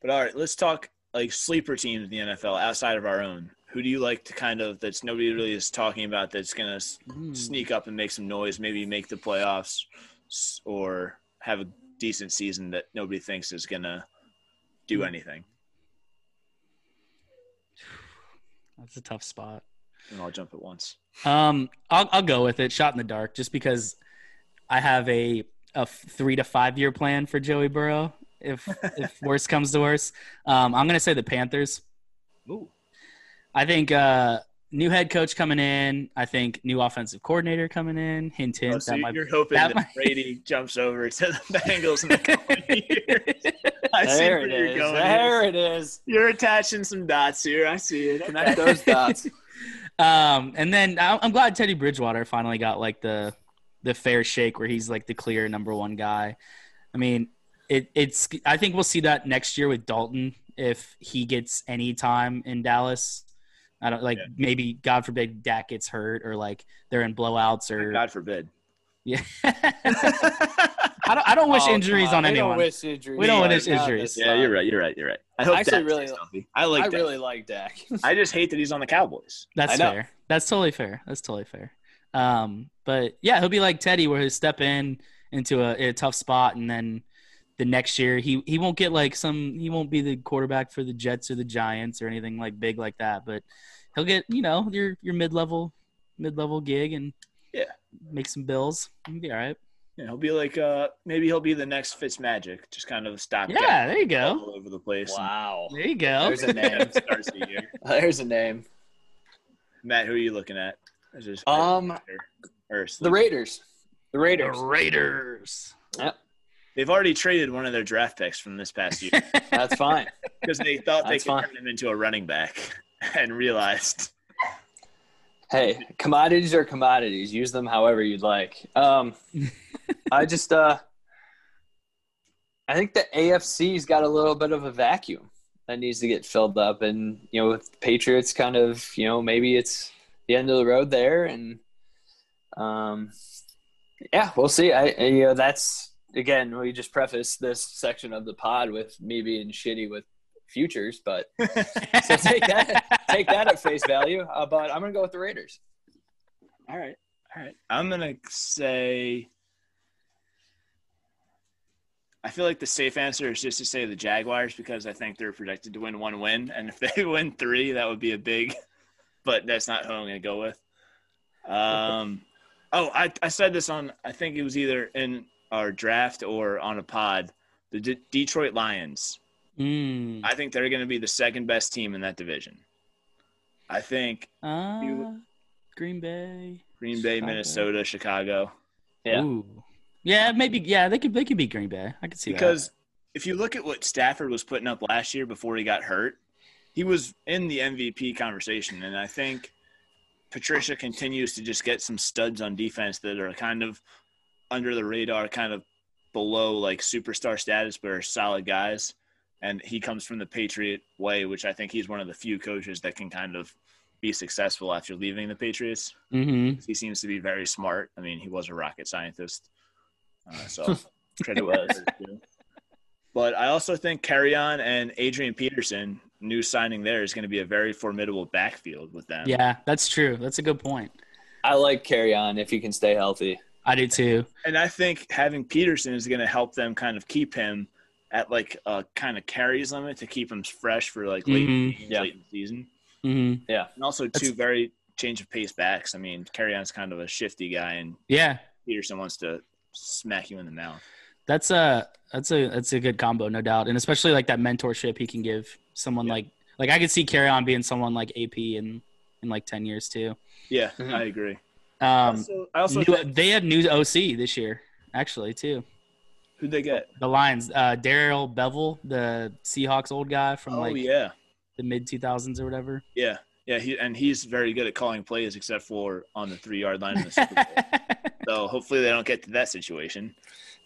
but all right, let's talk like sleeper teams in the NFL outside of our own. Who do you like to kind of that's nobody really is talking about that's going to s
Hmm.
sneak up and make some noise, maybe make the playoffs s- or have a decent season that nobody thinks is going to do anything?
that's a tough spot
And I'll jump at once.
um I'll, I'll go with it shot in the dark just because i have a a f- three to five year plan for joey burrow if if worse comes to worse um i'm gonna say the panthers
Ooh.
I think uh, new head coach coming in. I think new offensive coordinator coming in. Hint, hint.
Oh, so
that might
you're hoping
that
that,
might-
Brady jumps over to the Bengals in the coming year. I see
There
where
it
you're
is.
going.
There it is.
You're attaching some dots here. I see it.
Connect those dots.
um, and then I- I'm glad Teddy Bridgewater finally got like the the fair shake where he's like the clear number one guy. I mean, it, it's. I think we'll see that next year with Dalton if he gets any time in Dallas. I don't like
Yeah.
maybe God forbid Dak gets hurt or like they're in blowouts or
Oh God forbid.
yeah. I don't. I don't wish
Oh,
injuries on
come We don't
anyone.
wish injuries.
We don't
on
wish
anyone.
injuries.
This
yeah,
sucks.
you're right. You're right. You're right. I hope
I actually
Dak
really-
stays healthy. I like
I
that.
really like Dak.
I just hate that he's on the Cowboys.
I
That's
know.
fair. That's totally fair. That's totally fair. Um, but yeah, he'll be like Teddy, where he'll step in into a, a tough spot, and then the next year he he won't get like some he won't be the quarterback for the Jets or the Giants or anything like big like that. But he'll get you know your your mid level mid level gig and
Yeah.
make some bills. He'll be all right.
Yeah, he'll be like, uh, maybe he'll be the next Fitzmagic, just kind of stop.
Yeah, there you
gap
go.
all over the place.
Wow.
There you go.
There's a name.
And starts the year.
There's a name.
Matt, who are you looking at? Is this-
Um,
or
The Raiders.
The
The Raiders.
Raiders.
they've already traded one of their draft picks from this past year
That's fine.
because they thought they
That's
could
fine.
turn him into a running back and realized.
Hey, commodities are commodities. Use them however you'd like. Um, I just, uh, I think the AFC's got a little bit of a vacuum that needs to get filled up, and you know, with the Patriots, kind of, you know, maybe it's the end of the road there, and um, yeah, we'll see. I, I- you know, that's again, we just preface this section of the pod with me being shitty with futures, but so take that, take that at face value. Uh, but I'm gonna go with the Raiders.
All right. All right. I'm going to say. I feel like the safe answer is just to say the Jaguars because I think they're projected to win one win. And if they win three, that would be a big. But that's not who I'm going to go with. Um, oh, I, I said this on, I think it was either in our draft or on a pod. The D- Detroit Lions.
Mm.
I think they're going to be the second best team in that division. I think
Uh,
You-
Green Bay.
Green Bay,
Chicago.
Minnesota, Chicago.
Yeah.
Ooh. Yeah, maybe. Yeah, they could. They could be Green Bay. I could see
because if you look at what Stafford was putting up last year before he got hurt, he was in the MVP conversation, and I think Patricia continues to just get some studs on defense that are kind of under the radar, kind of below like superstar status, but are solid guys. And he comes from the Patriot way, which I think he's one of the few coaches that can kind of be successful after leaving the Patriots.
Mm-hmm.
He seems to be very smart. I mean, he was a rocket scientist, uh, so credit where it's due. But I also think Carrion and Adrian Peterson, new signing there, is going to be a very formidable backfield with them.
Yeah, that's true. That's a good point.
I like Carrion if he can stay healthy.
I do too.
And I think having Peterson is going to help them kind of keep him at like a kind of carries limit to keep him fresh for like late,
Mhm.
games,
Yeah.
late in the season.
Mm-hmm.
Yeah.
And also two very change of pace backs. I mean, Carrion's kind of a shifty guy, and
Yeah,
Peterson wants to smack you in the mouth.
that's a that's a that's a good combo, no doubt, and especially like that mentorship he can give someone like like I could see carry on being someone like AP in in like ten years too.
Yeah,
Mhm.
I agree.
Um,
also, I also
new-
think,
they had new OC this year actually too.
who'd they get?
The Lions, uh, Daryl Bevel, the Seahawks old guy from
oh
like
yeah,
the mid two thousands or whatever.
yeah, yeah. He and he's very good at calling plays, except for on the three yard line. In the Super Bowl.
but
so hopefully they don't get to that situation.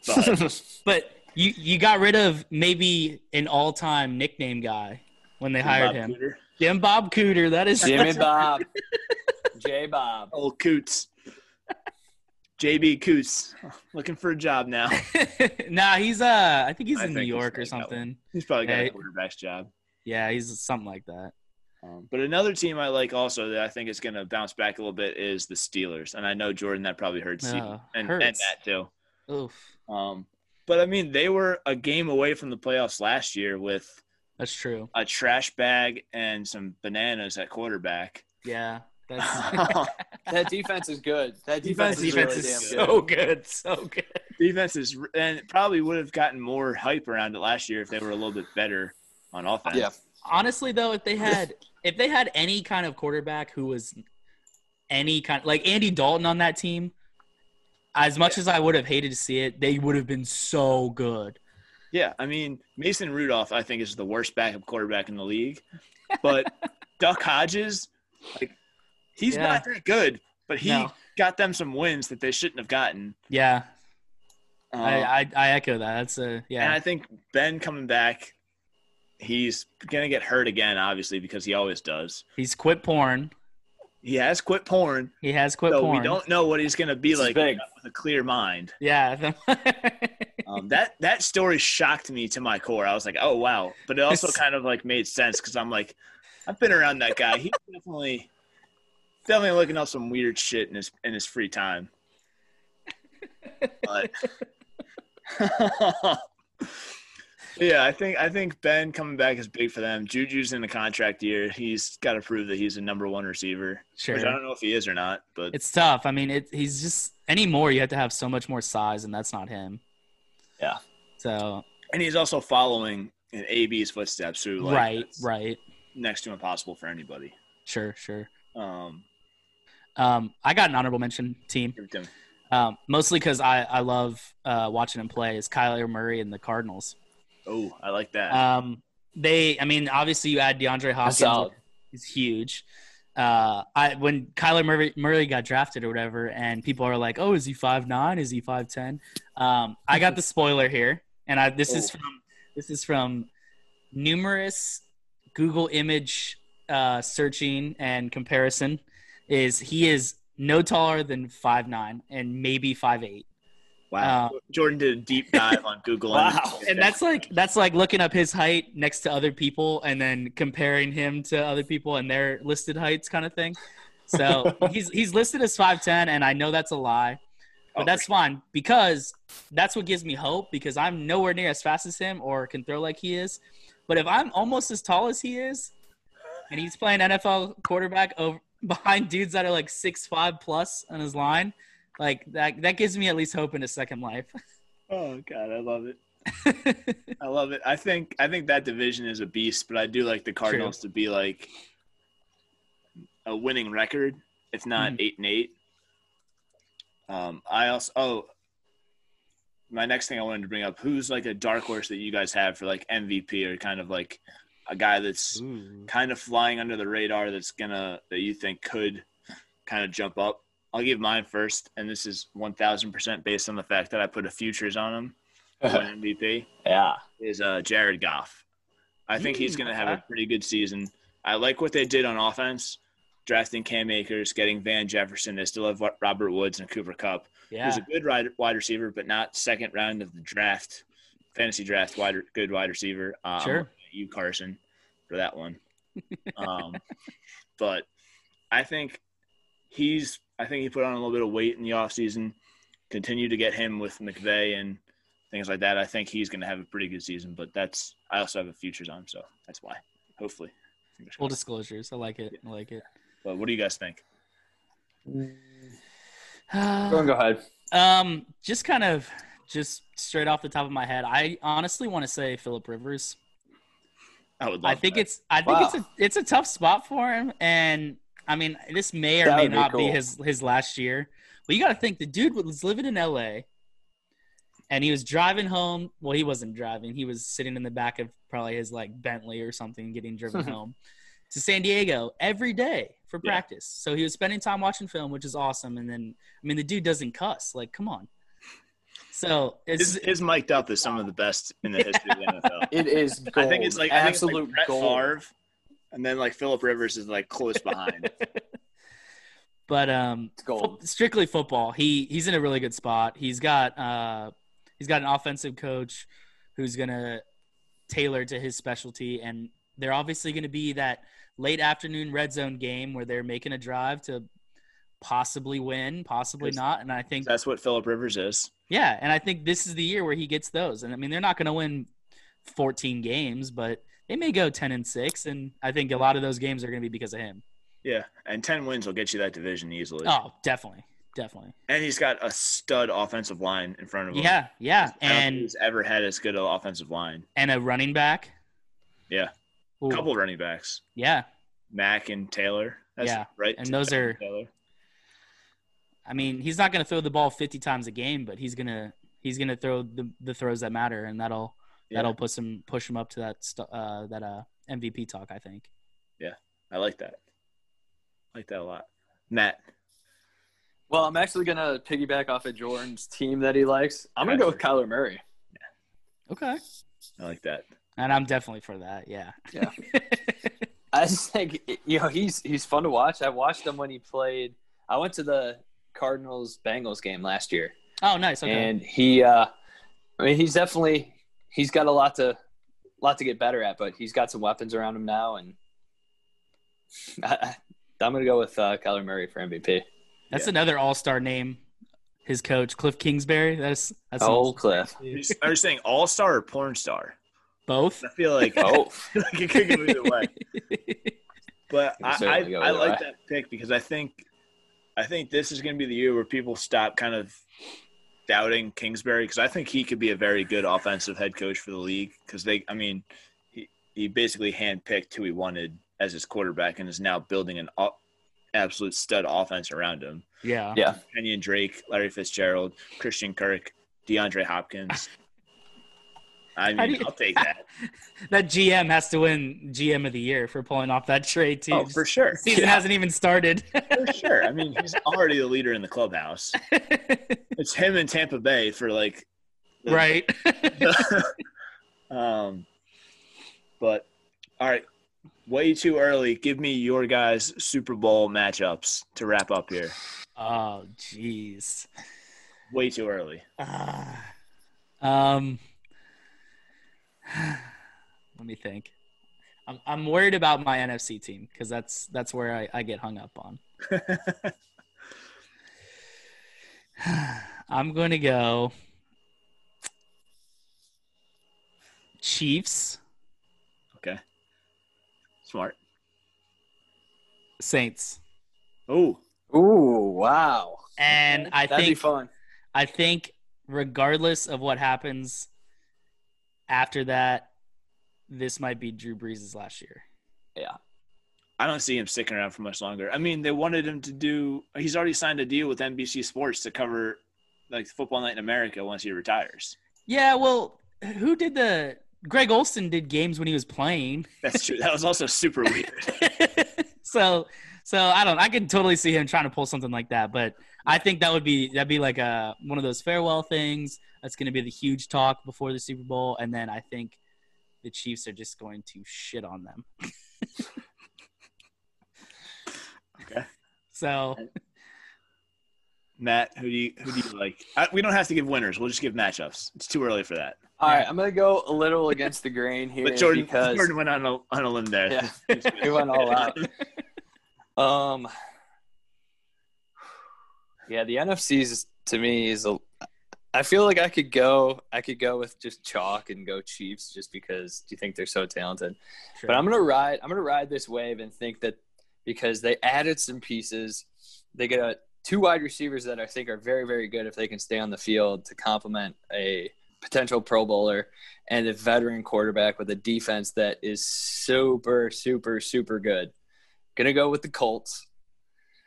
But
you you got rid of maybe an all time nickname guy when they hired
Bob
him.
Cooter.
Jim Bob Cooter. That is
Jimmy Bob, J Bob.
Old Coots. JB Coots. Looking for a job now.
nah, he's uh, I think he's
I
in New
think he's
York or
like that one.
something.
He's probably got
Hey.
a quarterback's job.
Yeah, he's something like that.
Um, but another team I like also that I think is going to bounce back a little bit is the Steelers. And I know, Jordan, that probably hurts you
Oh,
and, and
hurts.
that too.
Oof,
Um, but I mean, they were a game away from the playoffs last year with
that's true.
a trash bag and some bananas at quarterback.
Yeah, that's
defense
That defense is good. That
Defense-
defense,
defense
is, really
is
damn good.
so good, so good.
is, and it probably would have gotten more hype around it last year if they were a little bit better on offense.
Yeah.
Honestly, though, if they had if they had any kind of quarterback who was any kind like Andy Dalton on that team, as much as I would have hated to see it, they would have been so good.
Yeah, I mean Mason Rudolph, I think is the worst backup quarterback in the league, but Duck Hodges, like he's
Yeah.
not that good, but he
No.
got them some wins that they shouldn't have gotten.
Yeah,
Um,
I, I I echo that. That's a
and
yeah.
I think Ben coming back, he's gonna get hurt again, obviously because he always does.
He's quit porn.
He has quit porn,
He has quit
so
porn.
we don't know what he's gonna be
This is
like
big.
with a clear mind.
Yeah.
Um, that that story shocked me to my core. I was like, oh wow, but it also kind of like made sense because I'm like, I've been around that guy. He's definitely definitely looking up some weird shit in his in his free time. But yeah, I think I think Ben coming back is big for them. Juju's in the contract year. He's got to prove that he's a number one receiver.
sure.
Which I don't know if he is or not, but
It's tough. I mean, it, he's just anymore. You have to have so much more size, and that's not him.
Yeah.
So
and he's also following in AB's footsteps, who like,
right,
that's
right,
next to impossible for anybody.
sure, sure.
Um,
Um, I got an honorable mention team,
give it to me.
um, mostly because I I love uh, watching him play. Is Kyler Murray and the Cardinals?
Oh, I like that.
Um, they, I mean, obviously you add DeAndre Hopkins,
That's solid.
is huge. Uh, I when Kyler Murray, Murray got drafted or whatever, and people are like, "Oh, is he five nine? Is he five ten? Um, I got the spoiler here, and I this is
Oh.
from this is from numerous Google image uh, searching and comparison. Is he is no taller than five nine and maybe five eight.
wow.
uh,
Jordan did a deep dive on Google.
Wow.
Images.
and that's like that's like looking up his height next to other people and then comparing him to other people and their listed heights kind of thing so he's he's listed as 510 and i know that's a lie but
Oh,
that's
for
fine because that's what gives me hope because i'm nowhere near as fast as him or can throw like he is but if i'm almost as tall as he is and he's playing nfl quarterback over behind dudes that are like six five plus on his line like that that gives me at least hope in a second life
Oh god, I love it. I love it. I think I think that division is a beast, but I do like the Cardinals to be like a winning record, if not
Mhm.
eight and eight. Um, I also oh, my next thing I wanted to bring up: who's like a dark horse that you guys have for like MVP or kind of like a guy that's kind of flying under the radar that's gonna that you think could kind of jump up. I'll give mine first, and this is one thousand percent based on the fact that I put a futures on him to win MVP
Yeah.
is uh, Jared Goff. I think he's
Mm,
gonna have a
okay.
pretty good season. I like what they did on offense. drafting Cam Akers, getting Van Jefferson. They still have Robert Woods and Cooper Cup.
Yeah.
He's a good ride, wide receiver, but not second round of the draft, fantasy draft. Wide, good wide receiver. Um,
Sure.
You Carson for that one. um, but I think he's. I think he put on a little bit of weight in the offseason. Continue to get him with McVay and things like that. I think he's going to have a pretty good season. But that's. I also have a futures on, so that's why. Hopefully. Fingers
Full
crossed.
disclosures. I like it. I like it.
But what do you guys think?
Go and go ahead.
Um, just kind of just straight off the top of my head, I honestly want to say Philip Rivers.
I would.
I
Love
think
that.
it's I think
Wow.
it's a it's a tough spot for him, and I mean this may or
That
may
would be
not be
cool.
his his last year. But you got to think the dude was living in L.A. and he was driving home. Well, he wasn't driving; he was sitting in the back of probably his like Bentley or something, getting driven home to San Diego every day for
Yeah.
practice. So he was spending time watching film, which is awesome. And then I mean the dude doesn't cuss. Like, come on. So it's
his, his mic'd up is some of the best in the history of the NFL.
It is.
I think it's
gold.
like I think
absolute
it's like Brett
gold.
Favre, and then like Philip Rivers is like close behind.
but um
It's gold.
Fo- strictly football. He he's in a really good spot. He's got uh he's got an offensive coach who's gonna tailor to his specialty, and they're obviously gonna be that late afternoon red zone game where they're making a drive to possibly win, possibly
Yes.
not. And I think
That's what Philip Rivers is.
yeah, and I think this is the year where he gets those. And I mean, they're not gonna win 14 games, but they may go 10 and six, and I think a lot of those games are gonna be because of him.
Yeah, and ten wins will get you that division easily.
Oh, definitely, definitely.
And he's got a stud offensive line in front of him.
Yeah, yeah,
I don't think
and
he's ever had as good an offensive line.
and a running back.
Yeah,
Ooh,
couple running backs,
Yeah.
Mack and Taylor. That's
Yeah,
right.
and those are-
Taylor.
I mean, he's not going to throw the ball 50 times a game, but he's going to he's going to throw the, the throws that matter and that'll
Yeah.
that'll put some push him up to that st- uh that uh MVP talk, I think.
I like that. I like that a lot. Matt,
Well, I'm actually gonna piggyback off of Jordan's team that he likes. I'm gonna go with Kyler Murray.
Okay.
I like that.
And I'm definitely for that. Yeah.
Yeah. I just think you know he's he's fun to watch. I watched him when he played. I went to the Cardinals Bengals game last year,
oh, nice. Okay.
and he. Uh, I mean, he's definitely he's got a lot to lot to get better at, but he's got some weapons around him now, and I, I- I'm gonna go with uh, Kyler Murray for MVP.
that's
yeah.
another all-star name. His coach, Cliff Kingsbury. That's that's an
Oh,
all-
Cliff.
Are you saying all star or porn star?
both.
I feel like
Oh,
like it could go either way. But
It could
I, I,
certainly go
I
either
like
way.
that pick because I think I think this is going to be the year where people stop kind of doubting Kingsbury because I think he could be a very good offensive head coach for the league because they I mean he he basically handpicked who he wanted as his quarterback and is now building an o- absolute stud offense around him.
Yeah.
Yeah.
Kenyon Drake, Larry Fitzgerald, Christian Kirk, DeAndre Hopkins. I
How do
mean,
you-
I'll take that.
That GM has to win GM of the year for pulling off that trade too.
Oh, for sure.
Season hasn't even started.
For sure. I mean, he's already the leader in the clubhouse. It's him and Tampa Bay for like,
right.
um, but all right, way too early. Give me your guys' Super Bowl matchups to wrap up here.
oh, jeez.
Way too early.
Ah. um, let me think. I'm I'm worried about my NFC team because that's that's where I, I get hung up on. I'm going to go Chiefs,
Okay. Smart.
Saints,
Oh,
Ooh, wow.
and I
That'd be
think
fun.
I think regardless of what happens after that, this might be Drew Brees' last year.
Yeah.
I don't see him sticking around for much longer. I mean, they wanted him to do. He's already signed a deal with NBC Sports to cover like Football Night in America once he retires.
Yeah, well, who did the Greg Olson did games when he was playing.
That's true. That was also super weird.
so so I don't I could totally see him trying to pull something like that, but I think that would be that'd be like a one of those farewell things. That's gonna be the huge talk before the Super Bowl, and then I think the Chiefs are just going to shit on them.
Okay.
So
Matt, who do you who do you like? I, we don't have to give winners. We'll just give matchups. It's too early for that.
All right, I'm gonna go a little against the grain here
But Jordan,
because
Jordan went on a, on a limb there.
yeah, we went all out. Um, yeah, the NFC's is- to me is a. I feel like I could go. I could go with just chalk and go Chiefs, just because do you think they're so talented? But I'm gonna ride. I'm gonna ride this wave and think that because they added some pieces, they get a, two wide receivers that I think are very, very good if they can stay on the field to complement a potential Pro Bowler and a veteran quarterback with a defense that is super, super, super good. Gonna go with the Colts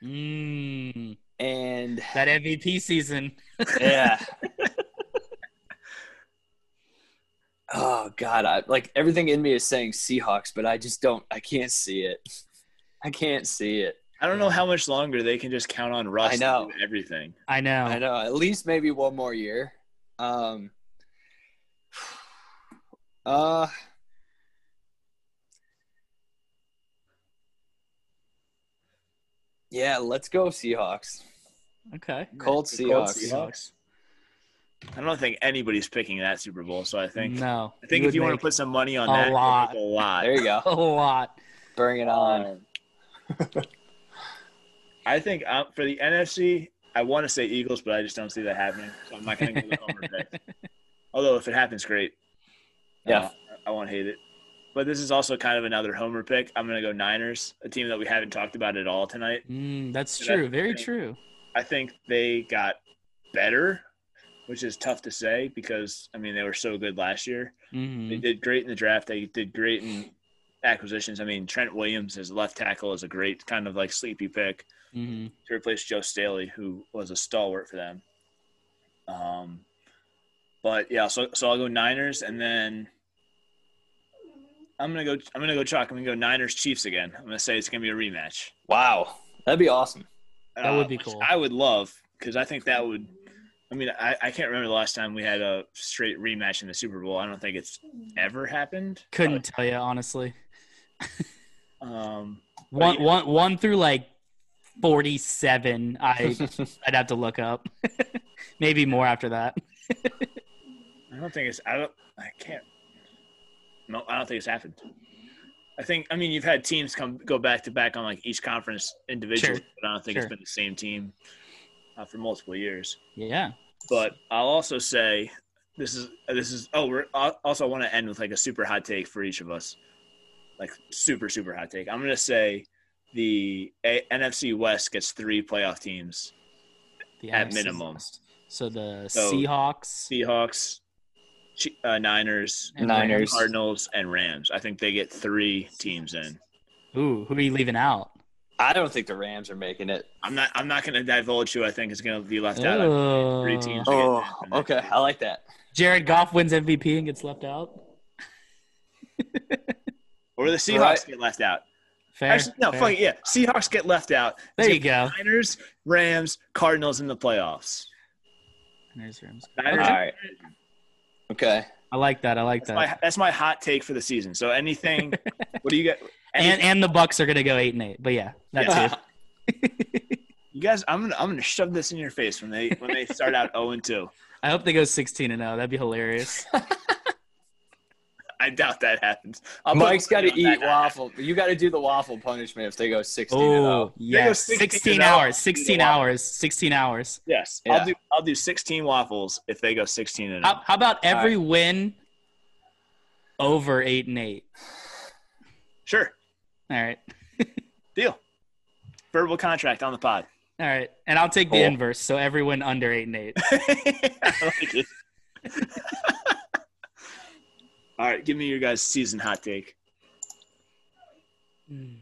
Mm,
and
that MVP season.
yeah. oh God, I like everything in me is saying Seahawks, but I just don't. I can't see it. I can't see it.
I don't know how much longer they can just count on Russ
I know.
to do everything.
I know.
I know. At least maybe one more year. Um. Uh. Yeah, let's go Seahawks.
Okay.
Colts,
Colts,
Seahawks.
Seahawks. I don't think anybody's picking that Super Bowl, so I think
no.
I think
You
if you
would
want to
make
put some money on
a
that,
lot.
a lot.
There you go.
a lot.
Bring it on.
Um, I think um, for the NFC, I want to say Eagles, but I just don't see that happening. So I'm not going to go the homer pick. Although if it happens, great.
Yeah.
I won't hate it. But this is also kind of another homer pick. I'm going to go Niners, a team that we haven't talked about at all tonight.
Mm, that's
Yeah,
true. Very
yeah.
true.
I think they got better, which is tough to say because I mean they were so good last year. They
Mhm.
did great in the draft. They did great in acquisitions. I mean Trent Williams as left tackle is a great kind of like sleepy pick
Mhm.
to replace Joe Staley, who was a stalwart for them. Um, but yeah, so so I'll go Niners, and then I'm gonna go. I'm gonna go chalk. I'm gonna go Niners Chiefs again. I'm gonna say it's gonna be a rematch.
Wow, that'd be awesome.
That would be
Uh, which
cool.
I would love because I think that would. I mean, I, I can't remember the last time we had a straight rematch in the Super Bowl. I don't think it's ever happened.
Couldn't tell you honestly.
Um,
One,
yeah.
one, one through like forty-seven. I, I'd have to look up. Maybe more after that.
I don't think it's. I don't. I can't. No, I don't think it's happened. I think. I mean, you've had teams come go back to back on like each conference individually,
Sure.
but I don't think it's
Sure.
been the same team uh, for multiple years.
Yeah.
But I'll also say this is this is. Oh, we're I'll- also want to end with like a super hot take for each of us, like super super hot take. I'm gonna say the a- NFC West gets three playoff teams:
The
At
NFC
minimum.
West. So the
So,
Seahawks.
Seahawks, Chi- uh, Niners,
and
Niners.
Cardinals and Rams. I think they get three teams in.
Rams. Ooh, who are you leaving out?
I don't think the Rams are making it.
I'm not. I'm not going to divulge who I think is going to be left out. I
Oh.
three teams.
Oh, okay. I like that.
Jared Goff wins MVP and gets left out.
Or the Seahawks
Right.
get left out.
Fair.
Actually, no.
fair.
Fuck it, yeah. Seahawks get left out.
There you go.
Niners, Rams, Cardinals in the playoffs.
Niners, Rams.
All
Niners,
right. Okay.
I like that. I like
that's, my,
that.
that's my hot take for the season. So anything. what do you get?
And and the Bucks are gonna go eight and eight. But yeah, that's
Yeah.
it.
you guys, I'm gonna I'm gonna shove this in your face when they when they start out 0 and 2.
I hope they go sixteen and zero. That'd be hilarious.
I doubt that happens. I'll put
Mike's got
money
to
on that
eat
happening.
waffle. You got to do the waffle punishment if they go 16 and
oh
0.
yeah,
16
sixteen,
and oh.
hours. Sixteen hours. Sixteen hours.
Yes,
Yeah.
I'll do. I'll do 16 waffles if they go 16 and. oh.
How,
up.
how about every win over eight and eight?
Sure,
All right,
deal. Verbal contract on the pod.
all right. And I'll take the
Cool.
inverse. So everyone under eight and eight.
I like it. All right, give me your guys' season hot take.
Mm.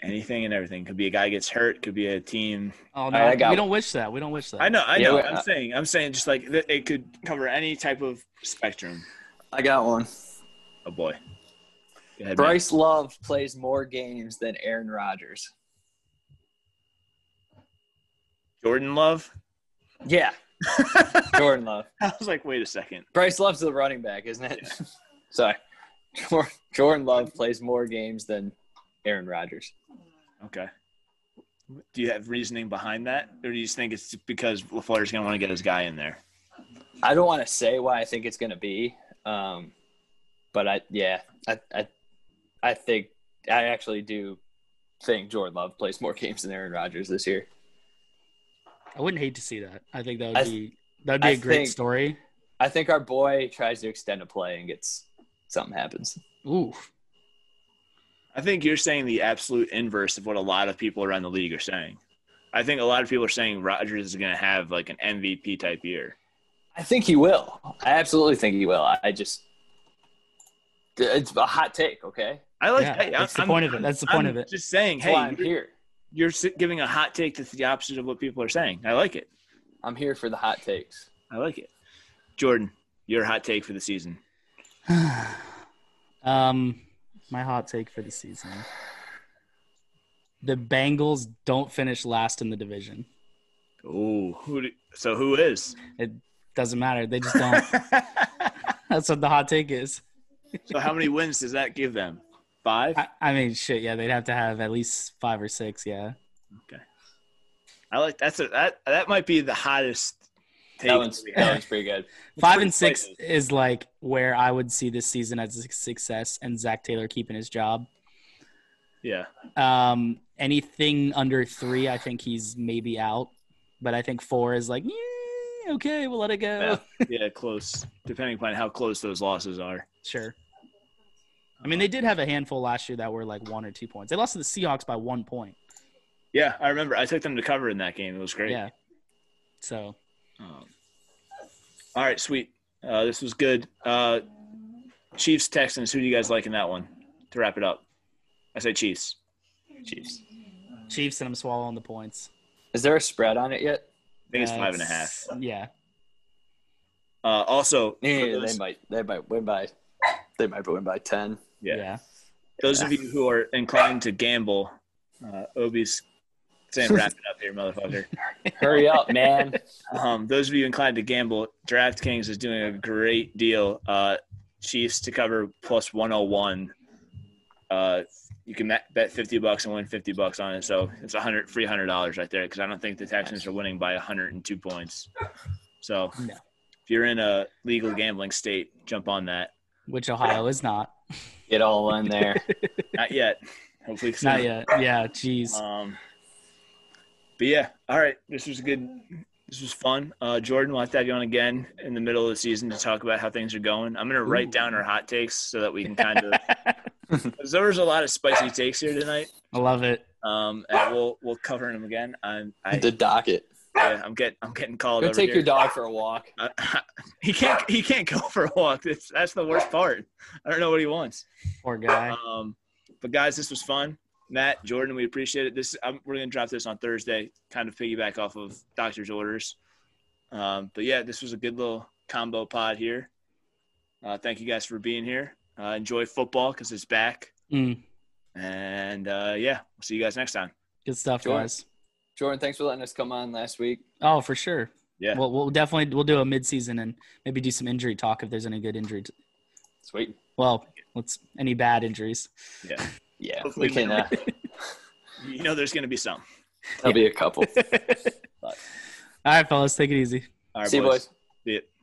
Anything and everything could be a guy gets hurt, could be a team.
Oh
right,
no,
I got
we
one.
don't wish that. We don't wish that.
I know, I
Yeah,
know.
wait,
I'm
uh,
saying, I'm saying, just like th- it could cover any type of spectrum.
I got one.
Oh boy. Go ahead, Matt.
Bryce Love plays more games than Aaron Rodgers.
Jordan Love.
Yeah. Jordan Love.
I was like, wait a second.
Bryce Love's the running back, isn't it? Sorry. Jordan Love plays more games than Aaron Rodgers.
Okay. Do you have reasoning behind that, or do you just think it's because LaFleur's going to want to get his guy in there?
I don't want to say why I think it's going to be, um, but I yeah I, I I think I actually do think Jordan Love plays more games than Aaron Rodgers this year.
I wouldn't hate to see that. I think that would be that'd be a
I
great
think-
story.
I think our boy tries to extend a play and gets something happens.
Ooh,
I think you're saying the absolute inverse of what a lot of people around the league are saying. I think a lot of people are saying Rodgers is going to have like an MVP type year.
I think he will. I absolutely think he will. I, I just it's a hot take, okay?
I like
Yeah,
hey,
that's the
I'm-
point of it. That's the point
I'm
of it.
Just saying,
That's why
hey,
I'm
you're,
here.
you're si- giving a hot take that's the opposite of what people are saying. I like it.
I'm here for the hot takes.
I like it. Jordan, your hot take for the season.
um, my hot take for the season: the Bengals don't finish last in the division.
Oh, who? Do, so who is?
It doesn't matter. They just don't. That's what the hot take is.
so how many wins does that give them? Five.
I, I mean, shit. Yeah, they'd have to have at least five or six. Yeah.
I like that's a, that. That might be the hottest take.
That one's
we
that
have.
one's pretty good.
Five
pretty
and six
close.
is like where I would see this season as a success, and Zach Taylor keeping his job.
Yeah.
Um, anything under three, I think he's maybe out, but I think four is like, "Yeah, okay, we'll let it go.
Yeah. Yeah, close. Depending upon how close those losses are.
Sure. I mean, they did have a handful last year that were like one or two points. They lost to the Seahawks by one point.
Yeah, I remember. I took them to cover in that game. It was great.
Yeah. So
Um, all right, sweet. Uh, this was good. Uh, Chiefs, Texans. Who do you guys like in that one? To wrap it up, I say Chiefs.
Chiefs.
Chiefs and I'm swallowing the points.
Is there a spread on it yet?
I think it's
Uh,
five and a half.
Yeah.
Uh, also, for
Yeah,
those-
they might they might win by they might win by ten.
Yeah.
Yeah.
Those of you who are inclined to gamble, uh, Obi's saying wrap it up here, motherfucker.
Hurry up, man.
Um, those of you inclined to gamble, DraftKings is doing a great deal. Uh, Chiefs to cover plus 101. Uh, you can ma- bet 50 bucks and win 50 bucks on it. So it's 100 free $100 right there because I don't think the Texans are winning by 102 points. So
No.
if you're in a legal gambling state, jump on that.
Which Ohio is not.
Get all in there.
Not yet. Hopefully, soon.
Not yet. Yeah. Jeez.
Um, but yeah, all right. This was good. This was fun. Uh, Jordan, we'll have to have you on again in the middle of the season to talk about how things are going. I'm gonna write
Ooh.
down our hot takes so that we can kind of. 'cause there was a lot of spicy takes here tonight,
I love it.
um, and we'll we'll cover them again. I'm I,
the docket.
yeah, I'm getting I'm getting called
Go
over
take
here.
your dog for a walk.
I- he can't he can't go for a walk. That's that's the worst part. I don't know what he wants.
Poor guy.
Um, but guys, this was fun. Matt, Jordan, we appreciate it. This I'm, we're gonna drop this on Thursday, kind of piggyback off of doctor's orders. Um, but yeah, this was a good little combo pod here. Uh, thank you guys for being here. Uh, enjoy football because it's back.
Mm,
And uh, yeah, we'll see you guys next time.
good stuff,
Sure.
guys.
Jordan, thanks for letting us come on last week.
Oh, for sure.
Yeah.
We'll, we'll definitely we'll do a midseason and maybe do some injury talk if there's any good injury. T-
Sweet.
well, let's any bad injuries.
Yeah,
Hopefully
we can.
we-
Uh,
You know, there's gonna be some.
there'll be a couple.
All right, fellas, take it easy.
All right,
See you, boys.
See you.